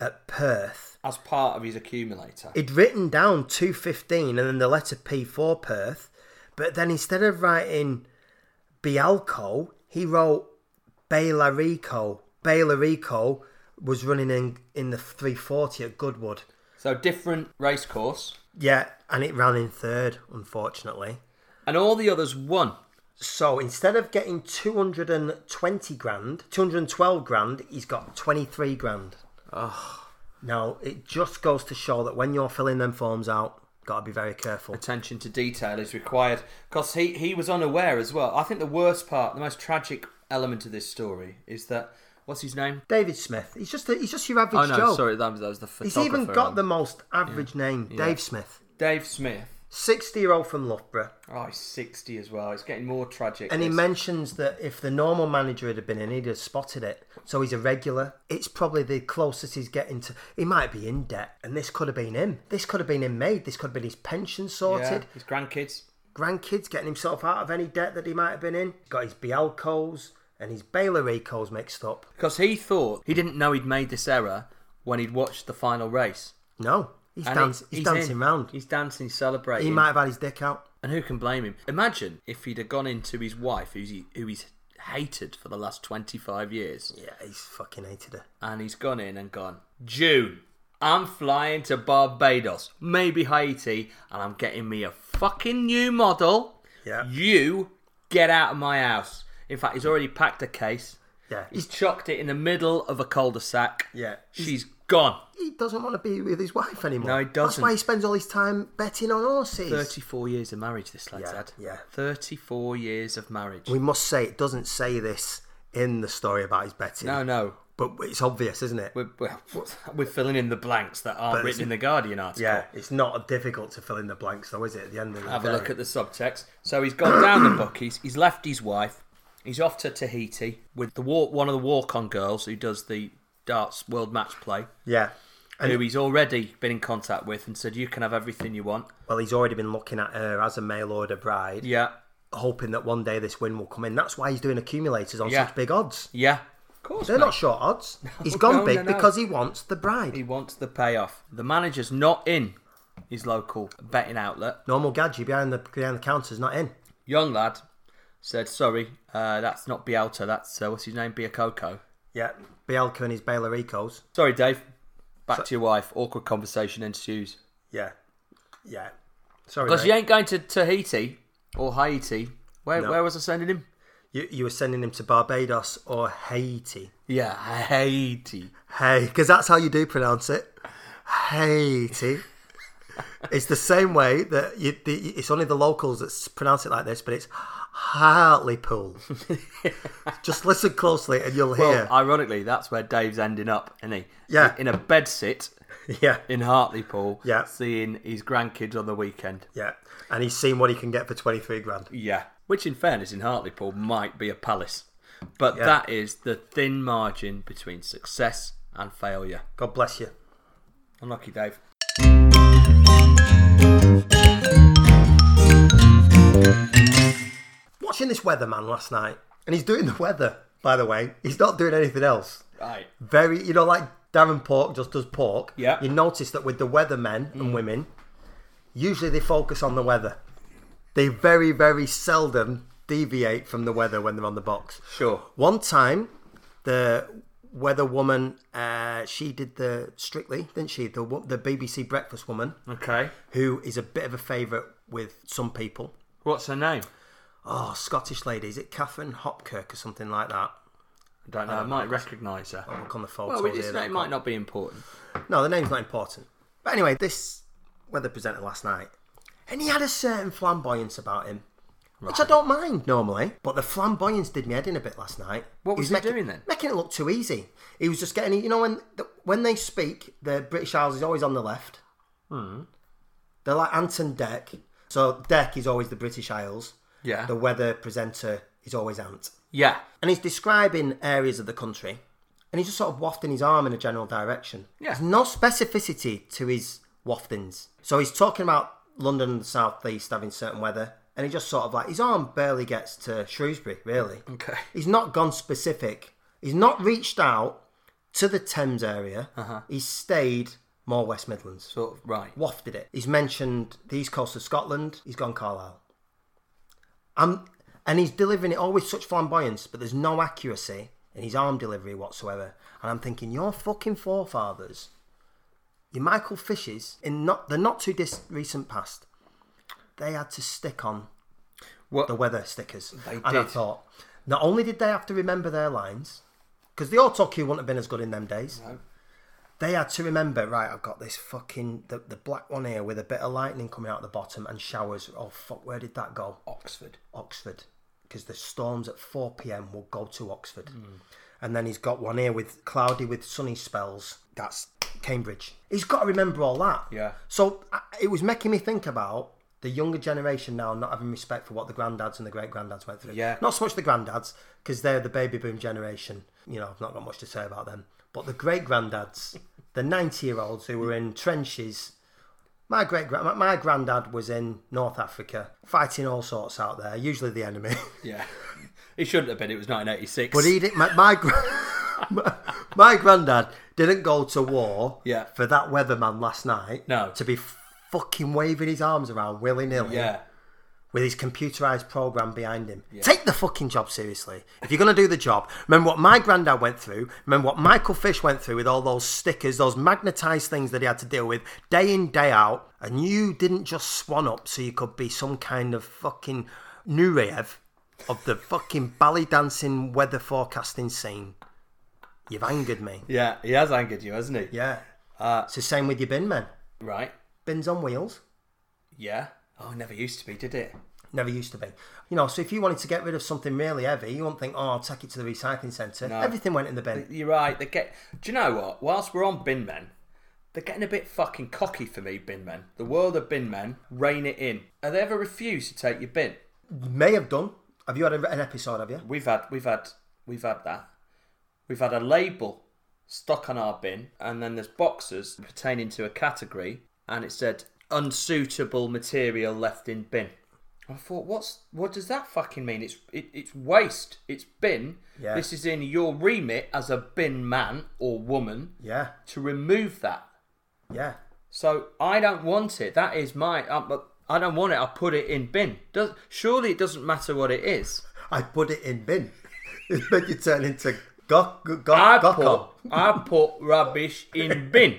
[SPEAKER 2] at Perth.
[SPEAKER 1] As part of his accumulator.
[SPEAKER 2] He'd written down 215 and then the letter P for Perth, but then instead of writing Bialco, he wrote Bailarico. Bailarico was running in, in the 340 at Goodwood.
[SPEAKER 1] So different race course.
[SPEAKER 2] Yeah, and it ran in third, unfortunately.
[SPEAKER 1] And all the others won.
[SPEAKER 2] So instead of getting 220 grand, 212 grand, he's got 23 grand. Now, it just goes to show that when you're filling them forms out, got to be very careful.
[SPEAKER 1] attention to detail is required because he, he was unaware as well. I think the worst part, the most tragic element of this story is that what's his name?
[SPEAKER 2] David Smith, he's just a, he's just your average
[SPEAKER 1] Oh no,
[SPEAKER 2] Joe.
[SPEAKER 1] sorry, that was, that was the photographer.
[SPEAKER 2] he's even got
[SPEAKER 1] um,
[SPEAKER 2] the most average name, Dave Smith.
[SPEAKER 1] Dave Smith.
[SPEAKER 2] 60 year old from Loughborough.
[SPEAKER 1] Oh, he's sixty as well. It's getting more tragic.
[SPEAKER 2] And he
[SPEAKER 1] this.
[SPEAKER 2] mentions that if the normal manager had been in, he'd have spotted it. So he's a regular. It's probably the closest he's getting to. He might be in debt, and this could have been him. This could have been him made. This could have been his pension
[SPEAKER 1] yeah,
[SPEAKER 2] sorted.
[SPEAKER 1] his grandkids.
[SPEAKER 2] Grandkids getting himself out of any debt that he might have been in. Got his Bialcos, and his Baylor recalls mixed up.
[SPEAKER 1] Because he thought he didn't know he'd made this error when he'd watched the final race.
[SPEAKER 2] No, he's,
[SPEAKER 1] And
[SPEAKER 2] dance,
[SPEAKER 1] he-
[SPEAKER 2] he's, dancing
[SPEAKER 1] in.
[SPEAKER 2] round.
[SPEAKER 1] He's dancing, celebrating.
[SPEAKER 2] He might have had his dick out.
[SPEAKER 1] And who can blame him? Imagine if he'd have gone into his wife, who's he, who he's hated for the last 25 years,
[SPEAKER 2] Yeah, he's fucking hated her.
[SPEAKER 1] and he's gone in and gone, June, I'm flying to Barbados, maybe Haiti, and I'm getting me a fucking new model.
[SPEAKER 2] Yeah.
[SPEAKER 1] You get out of my house. In fact, he's already packed a case.
[SPEAKER 2] Yeah,
[SPEAKER 1] He's
[SPEAKER 2] he's,
[SPEAKER 1] chucked it in the middle of a cul-de-sac.
[SPEAKER 2] Yeah.
[SPEAKER 1] She's gone.
[SPEAKER 2] he doesn't want to be with his wife anymore.
[SPEAKER 1] No, he
[SPEAKER 2] That's
[SPEAKER 1] doesn't.
[SPEAKER 2] why he spends all his time betting on horses.
[SPEAKER 1] 34 years of marriage, this lad's
[SPEAKER 2] Yeah,
[SPEAKER 1] had.
[SPEAKER 2] yeah.
[SPEAKER 1] 34 years of marriage.
[SPEAKER 2] We must say it doesn't say this in the story about his betting.
[SPEAKER 1] no, no.
[SPEAKER 2] But it's obvious, isn't it?
[SPEAKER 1] We're, we're, we're filling in the blanks that aren't
[SPEAKER 2] But
[SPEAKER 1] written
[SPEAKER 2] it's-
[SPEAKER 1] in the Guardian article.
[SPEAKER 2] yeah, it's not difficult to fill in the blanks, though, is it? At the end of the
[SPEAKER 1] Have
[SPEAKER 2] day?
[SPEAKER 1] a look at the subtext. So he's gone down the bookies. He's left his wife. He's off to Tahiti with the walk, one of the walk-on girls who does the darts world match play,
[SPEAKER 2] Yeah. And-
[SPEAKER 1] who he's already been in contact with and said, "You can have everything you want."
[SPEAKER 2] Well, he's already been looking at her as a mail order bride,
[SPEAKER 1] Yeah,
[SPEAKER 2] hoping that one day this win will come in. That's why he's doing accumulators on
[SPEAKER 1] Yeah.
[SPEAKER 2] such big odds.
[SPEAKER 1] yeah. Of course,
[SPEAKER 2] They're
[SPEAKER 1] mate.
[SPEAKER 2] not
[SPEAKER 1] [laughs]
[SPEAKER 2] short odds. he's
[SPEAKER 1] No,
[SPEAKER 2] gone
[SPEAKER 1] no,
[SPEAKER 2] big
[SPEAKER 1] no.
[SPEAKER 2] because he wants the bride.
[SPEAKER 1] He wants the payoff. The manager's not in his local betting outlet.
[SPEAKER 2] Normal gadget behind the behind the counter's not in.
[SPEAKER 1] Young lad said, "Sorry, uh, that's not Bielsa. That's uh, what's his name, Biacoco."
[SPEAKER 2] Yeah, Bielka and his Baylor Ecos.
[SPEAKER 1] Sorry, Dave. Back to your wife. Awkward conversation ensues.
[SPEAKER 2] Yeah, yeah. Sorry,
[SPEAKER 1] Because
[SPEAKER 2] mate.
[SPEAKER 1] you ain't going to Tahiti or Haiti. Where,
[SPEAKER 2] No.
[SPEAKER 1] where was I sending him?
[SPEAKER 2] You, you were sending him to Barbados or Haiti.
[SPEAKER 1] Yeah, Haiti.
[SPEAKER 2] Hey, because that's how you do pronounce it. Haiti. it's the same way that you, the, it's only the locals that s- pronounce it like this, but it's
[SPEAKER 1] [laughs]
[SPEAKER 2] Hartlepool. Just listen closely and you'll
[SPEAKER 1] Well,
[SPEAKER 2] hear.
[SPEAKER 1] ironically, that's where Dave's ending up, isn't he?
[SPEAKER 2] Yeah.
[SPEAKER 1] In a bed sit
[SPEAKER 2] yeah,
[SPEAKER 1] in Hartlepool,
[SPEAKER 2] Yeah.
[SPEAKER 1] seeing his grandkids on the weekend.
[SPEAKER 2] yeah. And he's seen what he can get for 23 grand.
[SPEAKER 1] Yeah. Which, in fairness, in Hartlepool might be a palace. But that is the thin margin between success and failure.
[SPEAKER 2] God bless you.
[SPEAKER 1] Unlucky, Dave.
[SPEAKER 2] Watching this weatherman last night, and he's doing the weather, by the way. He's not doing anything else.
[SPEAKER 1] Right.
[SPEAKER 2] very you know like Darren Pork just does pork.
[SPEAKER 1] Yeah. Mm.
[SPEAKER 2] You notice that with the weathermen and women, usually they focus on the weather. They very very seldom deviate from the weather when they're on the box.
[SPEAKER 1] Sure.
[SPEAKER 2] One time, the weather woman, uh, she did the Strictly, didn't she? The wo- the BBC Breakfast woman,
[SPEAKER 1] Okay.
[SPEAKER 2] who is a bit of a favourite with some people.
[SPEAKER 1] What's her name?
[SPEAKER 2] Oh, Scottish lady, is it Catherine Hopkirk or something like that?
[SPEAKER 1] I don't know. I might recognise her.
[SPEAKER 2] Look on the photo.
[SPEAKER 1] Well, it's
[SPEAKER 2] here,
[SPEAKER 1] not,
[SPEAKER 2] look
[SPEAKER 1] it
[SPEAKER 2] on-
[SPEAKER 1] might not be important.
[SPEAKER 2] No, the name's not important. But anyway, this weather presenter last night, and he had a certain flamboyance about him, which I don't mind normally. But the flamboyance did me head in a bit last night.
[SPEAKER 1] What was he
[SPEAKER 2] making,
[SPEAKER 1] doing then?
[SPEAKER 2] Making it look too easy. He was just getting, you know, when the, when they speak, the British Isles is always on the left.
[SPEAKER 1] Hmm.
[SPEAKER 2] They're like Anton Deck. So Deck is always the British Isles.
[SPEAKER 1] Yeah.
[SPEAKER 2] The weather presenter is always Ant
[SPEAKER 1] Yeah.
[SPEAKER 2] and he's describing areas of the country, and he's just sort of wafting his arm in a general direction.
[SPEAKER 1] Yeah.
[SPEAKER 2] There's no specificity to his waftings. So he's talking about London and the southeast having certain weather, and he just sort of like his arm barely gets to Shrewsbury, really.
[SPEAKER 1] Okay.
[SPEAKER 2] He's not gone specific. He's not reached out to the Thames area. He's stayed more West Midlands.
[SPEAKER 1] Sort of right.
[SPEAKER 2] Wafted it. He's mentioned the east coast of Scotland. He's gone Carlisle. Um, and he's delivering it all with such flamboyance, but there's no accuracy in his arm delivery whatsoever. And I'm thinking, your fucking forefathers, your Michael Fishes, in not the not too dis- recent past, they had to stick on
[SPEAKER 1] What?
[SPEAKER 2] the weather stickers.
[SPEAKER 1] They
[SPEAKER 2] and I
[SPEAKER 1] did.
[SPEAKER 2] thought, not only did they have to remember their lines, because the autocue wouldn't have been as good in them days. They had to remember, right, I've got this fucking, the, the black one here with a bit of lightning coming out the bottom and showers. Oh, fuck, where did that go?
[SPEAKER 1] Oxford.
[SPEAKER 2] Oxford. Because the storms at 4 p.m. will go to Oxford. And then he's got one here with cloudy with sunny spells. That's Cambridge. He's got to remember all that.
[SPEAKER 1] Yeah.
[SPEAKER 2] So I, it was making me think about the younger generation now not having respect for what the granddads and the great granddads went through.
[SPEAKER 1] Yeah.
[SPEAKER 2] Not so much the granddads, because they're the baby boom generation. You know, I've not got much to say about them. But the great granddads, the 90 year olds who were in trenches. My great grand, my-
[SPEAKER 1] [laughs]
[SPEAKER 2] my granddad was in North Africa fighting all sorts out there, usually the enemy.
[SPEAKER 1] Yeah. It shouldn't have been. It was 1986.
[SPEAKER 2] But [laughs] he didn't. My my, gra- [laughs] my granddad didn't go to war.
[SPEAKER 1] Yeah.
[SPEAKER 2] For that weatherman last night.
[SPEAKER 1] No.
[SPEAKER 2] To be fucking waving his arms around willy nilly.
[SPEAKER 1] Yeah.
[SPEAKER 2] With his computerized program behind him. Take the fucking job seriously. If you're gonna do the job, remember what my granddad went through. Remember what Michael Fish went through with all those stickers, those magnetized things that he had to deal with day in day out. And you didn't just swan up so you could be some kind of fucking Nureyev of the fucking ballet dancing weather forecasting scene. You've angered me.
[SPEAKER 1] Yeah, he has angered you, hasn't he?
[SPEAKER 2] Yeah. it's the same with your bin men.
[SPEAKER 1] Right.
[SPEAKER 2] Bins on wheels.
[SPEAKER 1] Yeah. Oh, never used to be, did it?
[SPEAKER 2] Never used to be. You know, so if you wanted to get rid of something really heavy, you wouldn't think, oh, I'll take it to the recycling centre. Everything went in the bin.
[SPEAKER 1] You're right. They get. Do you know what? Whilst we're on bin men, they're getting a bit fucking cocky for me. Bin men. The world of bin men. Rein it in. Have they ever refused to take your bin?
[SPEAKER 2] May have done. Have you had a, an episode, have you?
[SPEAKER 1] We've had. We've had. We've had that. We've had a label stuck on our bin, and then there's boxes pertaining to a category, and it said unsuitable material left in bin. I thought, what's what does that fucking mean? It's it, it's waste. It's bin.
[SPEAKER 2] Yeah.
[SPEAKER 1] This is in your remit as a bin man or woman
[SPEAKER 2] Yeah,
[SPEAKER 1] to remove that.
[SPEAKER 2] yeah.
[SPEAKER 1] So I don't want it. That is my. I'm- I don't want it. I put it in bin. Does, surely it doesn't matter what it is.
[SPEAKER 2] I put it in bin. [laughs] it made you turn into gok, gok,
[SPEAKER 1] I
[SPEAKER 2] gok.
[SPEAKER 1] put, I put rubbish in bin.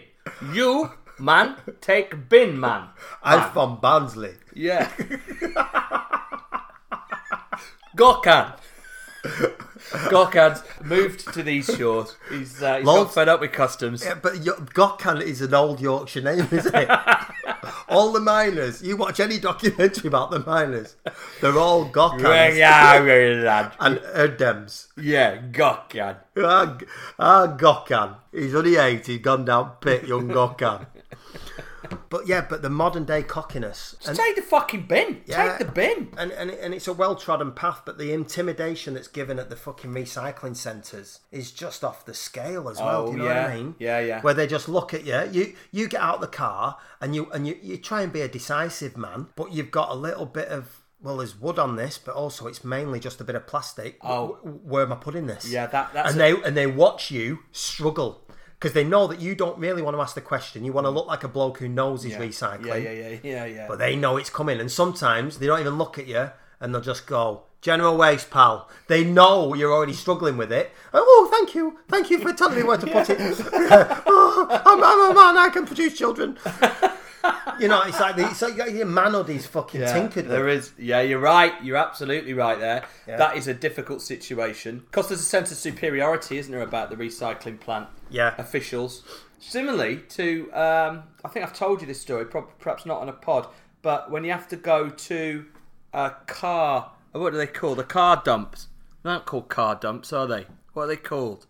[SPEAKER 1] You man, take bin man.
[SPEAKER 2] I'm from Barnsley.
[SPEAKER 1] [laughs] Yeah. Gokhan. Gokhan's moved to these shores. He's, uh, he's got
[SPEAKER 2] Lord-
[SPEAKER 1] fed up with customs.
[SPEAKER 2] Yeah, but Yo- Gokhan is an old Yorkshire name, isn't
[SPEAKER 1] [laughs]
[SPEAKER 2] it? all the miners. You watch any documentary about the miners, they're all Gokhans
[SPEAKER 1] Yeah, lad.
[SPEAKER 2] [laughs] and Erdems.
[SPEAKER 1] Yeah, Gokhan.
[SPEAKER 2] Ah, G- ah, Gokhan. He's only eight. He's gone down pit, young Gokhan. but yeah, but the modern day cockiness. And,
[SPEAKER 1] Take the fucking bin.
[SPEAKER 2] Yeah.
[SPEAKER 1] Take the bin.
[SPEAKER 2] and, and, and it's a well trodden path, but the intimidation that's given at the fucking recycling centres is just off the scale as
[SPEAKER 1] Oh,
[SPEAKER 2] well. do you know what
[SPEAKER 1] yeah.
[SPEAKER 2] I mean?
[SPEAKER 1] Yeah, yeah.
[SPEAKER 2] Where they just look at you. You you get out the car and you and you, you try and be a decisive man, but you've got a little bit of well, there's wood on this, but also it's mainly just a bit of plastic.
[SPEAKER 1] Oh.
[SPEAKER 2] W- w- where am I putting this?
[SPEAKER 1] Yeah, that- that's
[SPEAKER 2] and they and they watch you struggle because they know that you don't really want to ask the question. You want to look like a bloke who knows he's recycling
[SPEAKER 1] Mm. Yeah, yeah, yeah, yeah, yeah.
[SPEAKER 2] but they know it's coming. And sometimes they don't even look at you and they'll just go, General Waste, pal. They know you're already struggling with it. Oh, thank you. Thank you for telling me where to
[SPEAKER 1] [laughs]
[SPEAKER 2] put it. [laughs] oh, I'm, I'm a man. I can produce children. you know, it's like, the, it's like your man or these fucking
[SPEAKER 1] Yeah,
[SPEAKER 2] tinkered with.
[SPEAKER 1] there is. Yeah, you're right. You're absolutely right there. That is a difficult situation because there's a sense of superiority, isn't there, about the recycling plant
[SPEAKER 2] Yeah.
[SPEAKER 1] officials? Similarly to, um, I think I've told you this story, prob- perhaps not on a pod, but when you have to go to a car, uh, what do they call the car dumps? They're not called car dumps, are they? What are they called?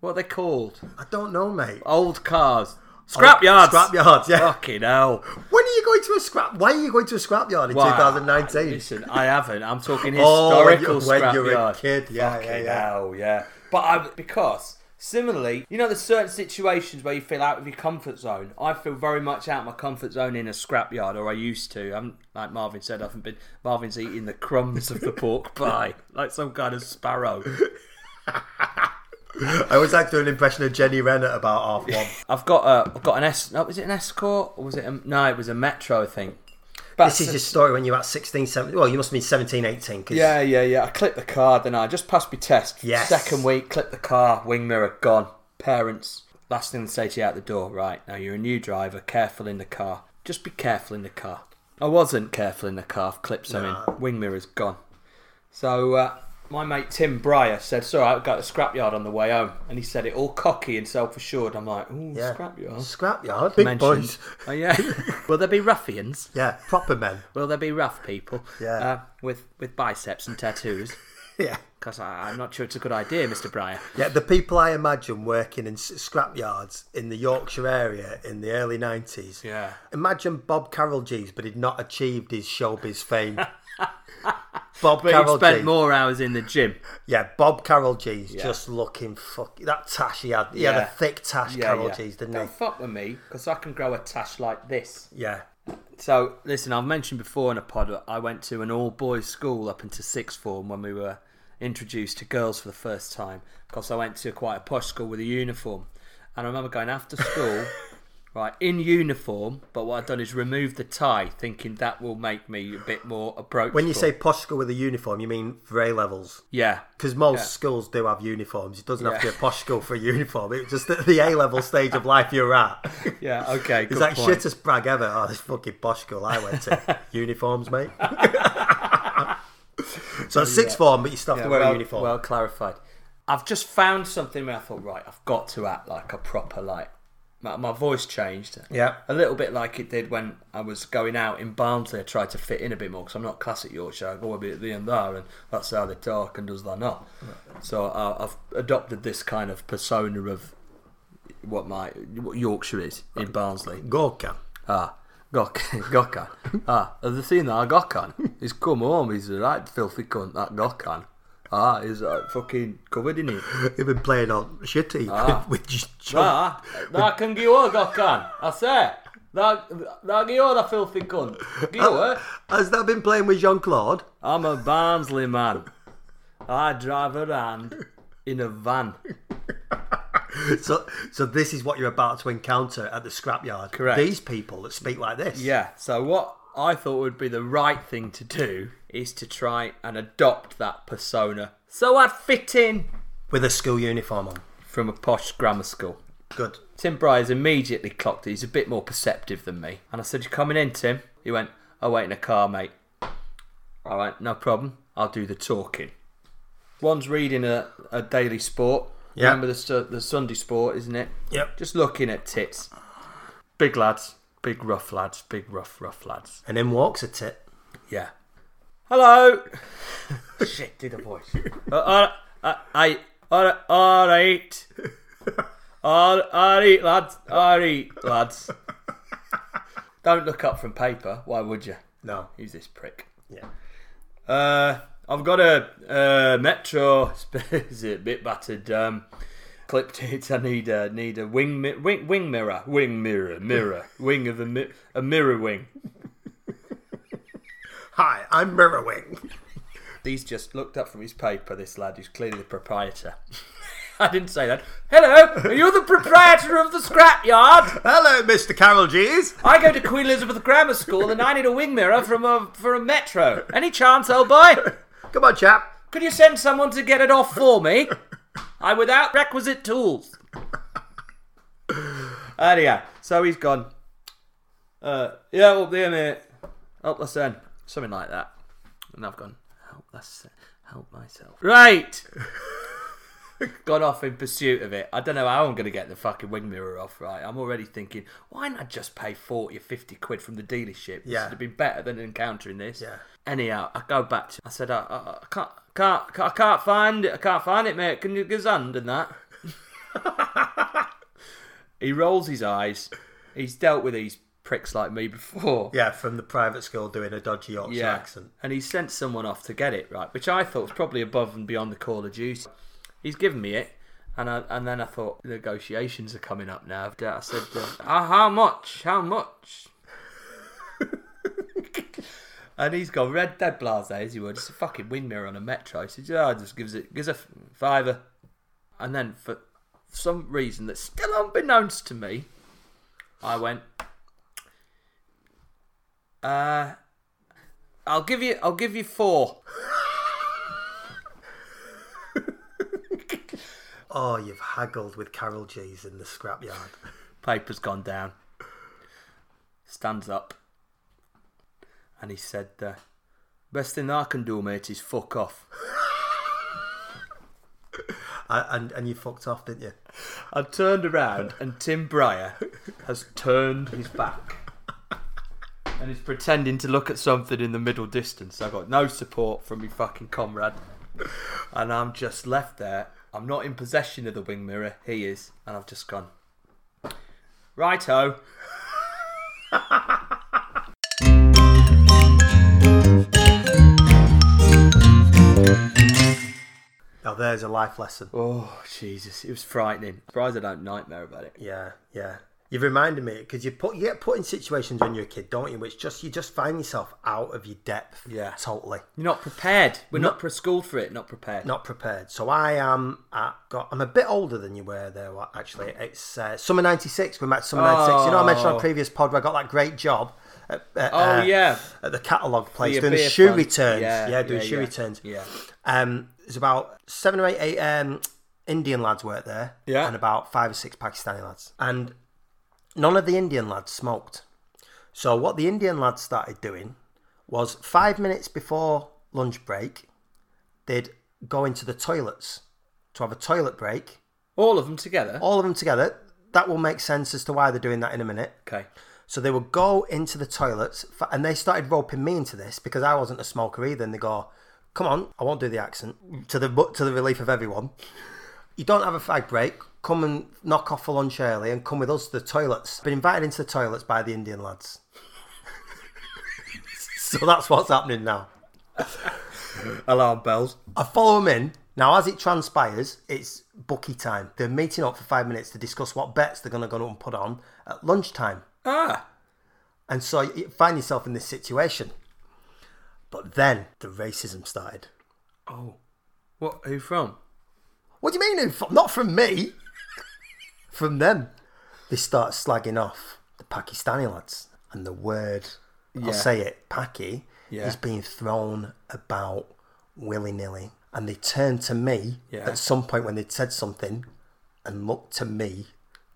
[SPEAKER 1] What are they called?
[SPEAKER 2] I don't know, mate.
[SPEAKER 1] Old cars. Oh, Scrap yards. Oh.
[SPEAKER 2] Scrap yards, yeah.
[SPEAKER 1] Fucking hell.
[SPEAKER 2] When are you going to a scrap? Why are you going to a scrap yard in
[SPEAKER 1] Wow.
[SPEAKER 2] 2019?
[SPEAKER 1] Listen, I haven't. I'm talking
[SPEAKER 2] [laughs] Oh, when
[SPEAKER 1] historical
[SPEAKER 2] you- when you're a
[SPEAKER 1] scrapyard.
[SPEAKER 2] kid, yeah, yeah,
[SPEAKER 1] Fucking
[SPEAKER 2] yeah.
[SPEAKER 1] hell, yeah. But I because similarly, you know, there's certain situations where you feel out of your comfort zone. I feel very much out of my comfort zone in a scrapyard, or I used to. I'm like Marvin said, I haven't been. Marvin's eating the crumbs of the
[SPEAKER 2] [laughs]
[SPEAKER 1] pork pie like some kind of sparrow.
[SPEAKER 2] I was like doing an impression of Jenny Wren at about half one.
[SPEAKER 1] I've got a, I've got an S. No, was it an escort or was it? A, no, it was a metro thing. But
[SPEAKER 2] this is your story when you were at 16, 17. Well, you must have been 17, 18. 'cause-
[SPEAKER 1] Yeah, yeah, yeah. I clipped the car, then I just passed my test.
[SPEAKER 2] Yes.
[SPEAKER 1] Second week, clipped the car, wing mirror gone. Parents, last thing they say to you out the door, right, now you're a new driver, careful in the car. Just be careful in the car. I wasn't careful in the car, I've clipped something, wing mirror's gone. So uh, my mate Tim Breyer said, sorry, I've got a scrapyard on the way home. And he said it all cocky and self assured. I'm like, ooh,
[SPEAKER 2] Yeah.
[SPEAKER 1] scrapyard.
[SPEAKER 2] Scrapyard. Big boys.
[SPEAKER 1] Mentioned. Oh,
[SPEAKER 2] [laughs]
[SPEAKER 1] yeah. Will there be ruffians?
[SPEAKER 2] Yeah, proper men.
[SPEAKER 1] Will there be rough people?
[SPEAKER 2] Yeah.
[SPEAKER 1] Uh, with, with biceps and tattoos?
[SPEAKER 2] [laughs] Yeah.
[SPEAKER 1] Because I'm not sure it's a good idea, Mr. Breyer.
[SPEAKER 2] Yeah, the people I imagine working in s- scrapyards in the Yorkshire area in the early 90s.
[SPEAKER 1] Yeah.
[SPEAKER 2] Imagine Bob Carroll Jeeves, but he'd not achieved his
[SPEAKER 1] [laughs]
[SPEAKER 2] showbiz fame.
[SPEAKER 1] But
[SPEAKER 2] Bob
[SPEAKER 1] he
[SPEAKER 2] Carroll
[SPEAKER 1] spent
[SPEAKER 2] Jeeves.
[SPEAKER 1] more hours in the gym.
[SPEAKER 2] Yeah, Bob Carroll Jeeves just looking fuck that tash he had. He had
[SPEAKER 1] Yeah.
[SPEAKER 2] a thick tash, Carroll Jeeves, didn't
[SPEAKER 1] Don't fuck with me, because I can grow a tash like this.
[SPEAKER 2] he? Yeah.
[SPEAKER 1] So, listen, I've mentioned before in a pod, I went to an all boys school up into sixth form when we were introduced to girls for the first time because I went to quite a posh school with a uniform. And I remember going after
[SPEAKER 2] [laughs]
[SPEAKER 1] school, right, in uniform, but what I've done is remove the tie, thinking that will make me a bit more approachable.
[SPEAKER 2] When you say posh school with a uniform, you mean for A levels.
[SPEAKER 1] yeah,
[SPEAKER 2] Because most schools do have uniforms. It doesn't have to
[SPEAKER 1] Yeah.
[SPEAKER 2] be a posh school for a uniform. It's just at the A level stage of life you're at.
[SPEAKER 1] yeah, okay, [laughs] good
[SPEAKER 2] Is that
[SPEAKER 1] point.
[SPEAKER 2] shittest brag ever? Oh, this fucking posh school I
[SPEAKER 1] [laughs]
[SPEAKER 2] went to. Uniforms, mate. so sixth form, but you still have to wear a
[SPEAKER 1] well,
[SPEAKER 2] uniform.
[SPEAKER 1] well clarified. I've just found something where I thought, right, I've got to act like a proper like. My, my voice changed.
[SPEAKER 2] Yeah.
[SPEAKER 1] A little bit like it did when I was going out in Barnsley. I tried to fit in a bit more because I'm not classic Yorkshire. I go a bit there and there, and that's how they talk and does that not. So I, I've adopted this kind of persona of what my what Yorkshire is in Barnsley.
[SPEAKER 2] Gorka.
[SPEAKER 1] Ah, Gok, [laughs] Gokan. Ah, have you seen that Gokan? He's come home, he's a right filthy cunt, that Gokan. Ah, he's uh, fucking covered in it.
[SPEAKER 2] They've been playing on shitty [laughs] with just John.
[SPEAKER 1] Ah, that can give her Gokan, I say. That, that give her, that filthy cunt. Give her.
[SPEAKER 2] Has that been playing with Jean Claude?
[SPEAKER 1] I'm a Barnsley man. I drive around in a van.
[SPEAKER 2] So, so this is what you're about to encounter at the scrapyard.
[SPEAKER 1] Correct.
[SPEAKER 2] These people that speak like this.
[SPEAKER 1] Yeah, so what I thought would be the right thing to do is to try and adopt that persona. So I'd fit in
[SPEAKER 2] With a school uniform on.
[SPEAKER 1] from a posh grammar school.
[SPEAKER 2] Good.
[SPEAKER 1] Tim Bryars immediately clocked it. He's a bit more perceptive than me. And I said, You coming in, Tim? He went, I wait in a car, mate. All right, no problem. I'll do the talking. One's reading a, a daily sport.
[SPEAKER 2] Yeah.
[SPEAKER 1] Remember the, su- the Sunday sport, isn't it?
[SPEAKER 2] Yep.
[SPEAKER 1] Just looking at tits. Big lads. Big rough lads. Big rough, rough lads.
[SPEAKER 2] And in walks a tit.
[SPEAKER 1] Yeah. Hello. [laughs] Shit, did a voice. uh, all, uh, I, all, all right. All, all right, lads. All right, lads. Don't look up from paper. Why would you?
[SPEAKER 2] No.
[SPEAKER 1] Who's this prick?
[SPEAKER 2] Yeah.
[SPEAKER 1] Uh, I've got a uh, Metro. [laughs] Is it a bit battered? Um, clipped it. I need a need a wing mi- wing wing mirror, wing mirror, mirror, wing of a mi- a mirror wing.
[SPEAKER 2] Hi, I'm Mirrorwing.
[SPEAKER 1] He's just looked up from his paper, this lad who's clearly the proprietor. [laughs] I didn't say that. Hello, are you the proprietor of the scrapyard?
[SPEAKER 2] Hello, Mr. Carol G's.
[SPEAKER 1] I go to Queen Elizabeth Grammar School and I need a wing mirror from a for a metro. Any chance, old boy?
[SPEAKER 2] Come on, chap.
[SPEAKER 1] Could you send someone to get it off for me? I'm without requisite tools. Anyhow, so he's gone. Uh, yeah, up there, mate. Up the sun. Something like that. And I've gone, help, the sun. help myself. Right! [laughs] Got off in pursuit of it. I don't know how I'm going to get the fucking wing mirror off, right? I'm already thinking, why not just pay 40 or 50 quid from the dealership? This
[SPEAKER 2] Yeah.
[SPEAKER 1] would have been better than encountering this.
[SPEAKER 2] Yeah.
[SPEAKER 1] Anyhow, I go back to. I said, I, I, I can't, can't, can't, I can't find it. I can't find it, mate. Can you give us a hand and that? he rolls his eyes. He's dealt with these pricks like me before.
[SPEAKER 2] Yeah, from the private school doing a dodgy Yorkshire
[SPEAKER 1] Yeah.
[SPEAKER 2] accent.
[SPEAKER 1] And he sent someone off to get it right, which I thought was probably above and beyond the call of duty. He's given me it, and I, and then I thought the negotiations are coming up now. I said, uh, "Ah, "How much? How much?" [laughs] and he's gone red dead blase as you would. It's a fucking wing mirror on a metro. He says, "Yeah, just gives it gives a f- fiver," and then for some reason that's still unbeknownst to me, I went. Uh, I'll give you. I'll give you four.
[SPEAKER 2] Oh, you've haggled with Carol G's in the scrapyard.
[SPEAKER 1] Paper's gone down. Stands up. And he said, uh, Best thing I can do, mate, is fuck off.
[SPEAKER 2] I, and, and you fucked off, didn't you?
[SPEAKER 1] I turned around and Tim Breyer has turned his back and is pretending to look at something in the middle distance. I got no support from my fucking comrade. And I'm just left there. I'm not in possession of the wing mirror. He is. And I've just gone. Righto.
[SPEAKER 2] Now, there's a life lesson.
[SPEAKER 1] Oh, Jesus. It was frightening. Surprised I don't nightmare about it.
[SPEAKER 2] Yeah, yeah. You've reminded me because you put you get put in situations when you're a kid, don't you? Which just you just find yourself out of your depth.
[SPEAKER 1] Yeah.
[SPEAKER 2] totally.
[SPEAKER 1] You're not prepared. We're not, pre schooled for it. Not prepared.
[SPEAKER 2] Not prepared. So I am. I got. I'm a bit older than you were there. wa- Actually, it's uh, summer '96. We met summer '96. You know, I mentioned on
[SPEAKER 1] Oh.
[SPEAKER 2] a previous pod where I got that great job. At, at,
[SPEAKER 1] Oh,
[SPEAKER 2] uh,
[SPEAKER 1] yeah.
[SPEAKER 2] at the catalogue place
[SPEAKER 1] Your
[SPEAKER 2] doing the
[SPEAKER 1] beer
[SPEAKER 2] shoe
[SPEAKER 1] fund.
[SPEAKER 2] returns.
[SPEAKER 1] Yeah,
[SPEAKER 2] Yeah, doing
[SPEAKER 1] yeah,
[SPEAKER 2] shoe
[SPEAKER 1] yeah.
[SPEAKER 2] returns.
[SPEAKER 1] Yeah.
[SPEAKER 2] Um, there's about seven or eight, eight um, Indian lads worked there,
[SPEAKER 1] Yeah.
[SPEAKER 2] and about five or six Pakistani lads, and none of the Indian lads smoked. So what the Indian lads started doing was five minutes before lunch break, they'd go into the toilets to have a toilet break.
[SPEAKER 1] All of them together.
[SPEAKER 2] All of them together. That will make sense as to why they're doing that in a minute.
[SPEAKER 1] Okay.
[SPEAKER 2] So they would go into the toilets, f- and they started roping me into this because I wasn't a smoker either. And they go, "Come on, I won't do the accent." To the but to the relief of everyone, you don't have a fag break. Come and knock off for lunch early, and come with us to the toilets. Been invited into the toilets by the Indian lads. [laughs] so that's what's happening now.
[SPEAKER 1] Alarm bells.
[SPEAKER 2] I follow them in. Now, as it transpires, it's bookie time. They're meeting up for five minutes to discuss what bets they're going to go and put on at lunchtime.
[SPEAKER 1] Ah.
[SPEAKER 2] And so you find yourself in this situation. But then the racism started.
[SPEAKER 1] Oh. What? Who from?
[SPEAKER 2] What do you mean? From, not from me. [laughs] from them. They start slagging off the Pakistani lads. And the word, I'll say it, Paki,
[SPEAKER 1] Yeah.
[SPEAKER 2] is being thrown about willy nilly. And they turned to me
[SPEAKER 1] Yeah.
[SPEAKER 2] at some point when they'd said something and looked to me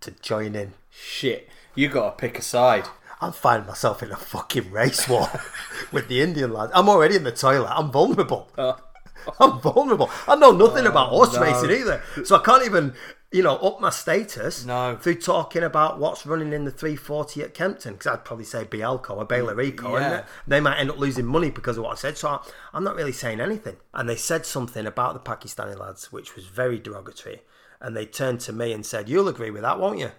[SPEAKER 2] to join in.
[SPEAKER 1] Shit. You gotta pick a side.
[SPEAKER 2] I'm finding myself in a fucking race war [laughs] with the Indian lads. I'm already in the toilet. I'm
[SPEAKER 1] [laughs]
[SPEAKER 2] vulnerable.
[SPEAKER 1] Oh.
[SPEAKER 2] [laughs] I'm vulnerable. I know nothing about horse racing either. So I can't even, you know, up my status
[SPEAKER 1] No.
[SPEAKER 2] through talking about what's running in the 340 at Kempton. Because I'd probably say Bielko or Baylor Rico.
[SPEAKER 1] Mm, Yeah.
[SPEAKER 2] And they might end up losing money because of what I said. So I, I'm not really saying anything. And they said something about the Pakistani lads, which was very derogatory. And they turned to me and said, You'll agree with that, won't you?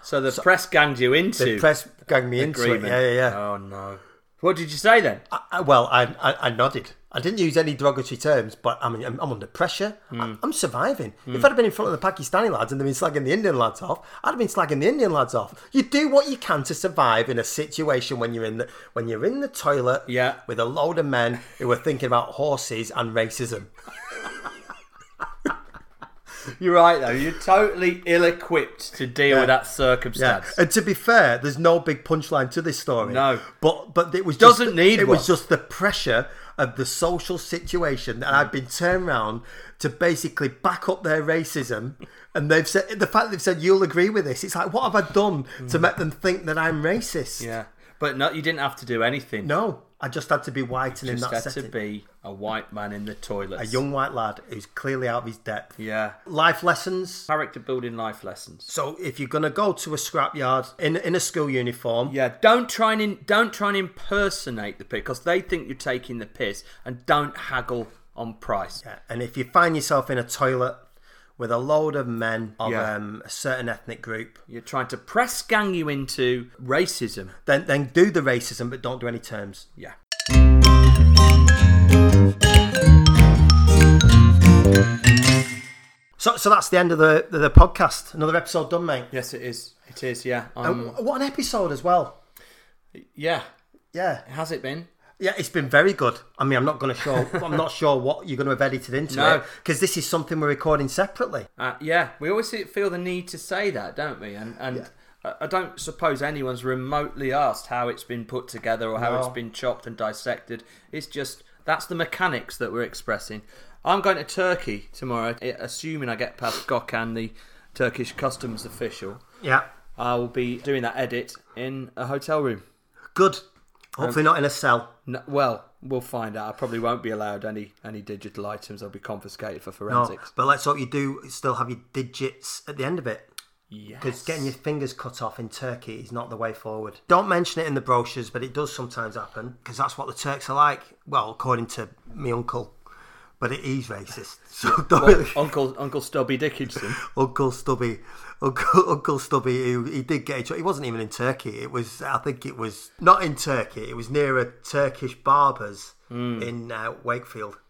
[SPEAKER 1] So the press ganged you into
[SPEAKER 2] The press gang me into it.
[SPEAKER 1] agreement.
[SPEAKER 2] Yeah, yeah, yeah.
[SPEAKER 1] Oh no. What did you say then?
[SPEAKER 2] I, well, I, I I nodded. I didn't use any derogatory terms, but I mean, I'm, I'm under pressure. I, I'm surviving. If I'd have been in front of the Pakistani lads and they'd been slagging the Indian lads off, I'd have been slagging the Indian lads off. You do what you can to survive in a situation when you're in the when you're in the toilet
[SPEAKER 1] Yeah.
[SPEAKER 2] with a load of men who are thinking about horses and racism.
[SPEAKER 1] You're right though. You're totally ill-equipped to deal with that
[SPEAKER 2] Yeah.
[SPEAKER 1] circumstance.
[SPEAKER 2] And to be fair, there's no big punchline to this story.
[SPEAKER 1] No.
[SPEAKER 2] But but it was
[SPEAKER 1] Doesn't
[SPEAKER 2] just,
[SPEAKER 1] need
[SPEAKER 2] it
[SPEAKER 1] one.
[SPEAKER 2] was just the pressure of the social situation and I've been turned round to basically back up their racism and they've said the fact that they've said you'll agree with this, it's like what have I done to make them think that I'm racist?
[SPEAKER 1] Mm. Yeah. But no, you didn't have to do anything.
[SPEAKER 2] No. I just had to be white and in
[SPEAKER 1] you just
[SPEAKER 2] that
[SPEAKER 1] had
[SPEAKER 2] setting.
[SPEAKER 1] to be a white man in the toilet.
[SPEAKER 2] a young white lad who's clearly out of his depth.
[SPEAKER 1] Yeah.
[SPEAKER 2] Life lessons.
[SPEAKER 1] Character building life lessons.
[SPEAKER 2] So if you're gonna go to a scrapyard in in a school uniform,
[SPEAKER 1] Yeah, don't try and in, don't try and impersonate the piss because they think you're taking the piss, and don't haggle on price.
[SPEAKER 2] Yeah, and if you find yourself in a toilet with a load of men of
[SPEAKER 1] Yeah.
[SPEAKER 2] um, a certain ethnic group,
[SPEAKER 1] You're trying to press gang you into racism.
[SPEAKER 2] then then do the racism, but don't do any terms.
[SPEAKER 1] Yeah.
[SPEAKER 2] So so that's the end of the the, the podcast. Another episode done, mate.
[SPEAKER 1] Yes, it is. It is. Yeah. Oh.
[SPEAKER 2] And
[SPEAKER 1] Um,
[SPEAKER 2] wh- what an episode as well.
[SPEAKER 1] yeah.
[SPEAKER 2] Yeah,
[SPEAKER 1] Has it been?
[SPEAKER 2] yeah, it's been very good. I mean, I'm not going to show. [laughs] I'm not sure what you're going to have edited into
[SPEAKER 1] No.
[SPEAKER 2] it because this is something we're recording separately.
[SPEAKER 1] Uh, yeah. We always see- feel the need to say that, don't we? And and I I don't suppose anyone's remotely asked how it's been put together or how
[SPEAKER 2] No.
[SPEAKER 1] it's been chopped and dissected. It's just that's the mechanics that we're expressing. I'm going to Turkey tomorrow, i- assuming I get past Gökhan, the Turkish customs official.
[SPEAKER 2] Yeah,
[SPEAKER 1] I will be doing that edit in a hotel room.
[SPEAKER 2] good.
[SPEAKER 1] Um,
[SPEAKER 2] Hopefully not in a cell.
[SPEAKER 1] No, well, we'll find out. I probably won't be allowed any any digital items. They'll be confiscated for
[SPEAKER 2] No,
[SPEAKER 1] forensics.
[SPEAKER 2] but let's hope you do still have your digits at the end of it.
[SPEAKER 1] Yes.
[SPEAKER 2] Because getting your [laughs] fingers cut off in Turkey is not the way forward. Don't mention it in the brochures, but it does sometimes happen because that's what the Turks are like. Well, according to my uncle, but it is racist. [laughs] So don't really.
[SPEAKER 1] Uncle Uncle Stubby
[SPEAKER 2] [laughs]
[SPEAKER 1] Dickinson.
[SPEAKER 2] Uncle Stubby, Uncle Uncle Stubby, who he did get in trouble. He wasn't even in Turkey. It was, I think, it was not in Turkey. It was near a Turkish barber's in uh, Wakefield.
[SPEAKER 1] Hmm.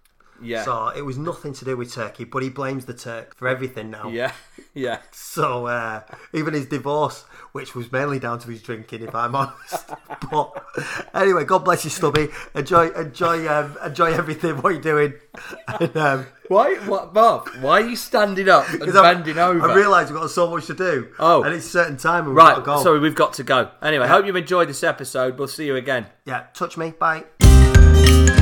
[SPEAKER 1] Yeah.
[SPEAKER 2] So it was nothing to do with Turkey, but he blames the Turk for everything now.
[SPEAKER 1] Yeah, [laughs] yeah.
[SPEAKER 2] So uh, even his divorce, which was mainly down to his drinking, if I'm [laughs] honest. but anyway, God bless you, Stubby. Enjoy, enjoy, um, enjoy everything. What you're doing. And, um,
[SPEAKER 1] Why, what, Bob? Why are you standing up and
[SPEAKER 2] 'cause I'm-
[SPEAKER 1] bending over?
[SPEAKER 2] I realise we've got so much to do.
[SPEAKER 1] Oh.
[SPEAKER 2] and it's certain time. And we've got
[SPEAKER 1] right,
[SPEAKER 2] to go.
[SPEAKER 1] sorry, we've got to go. Anyway, hope you've enjoyed this episode. We'll see you again.
[SPEAKER 2] Yeah, touch me. Bye.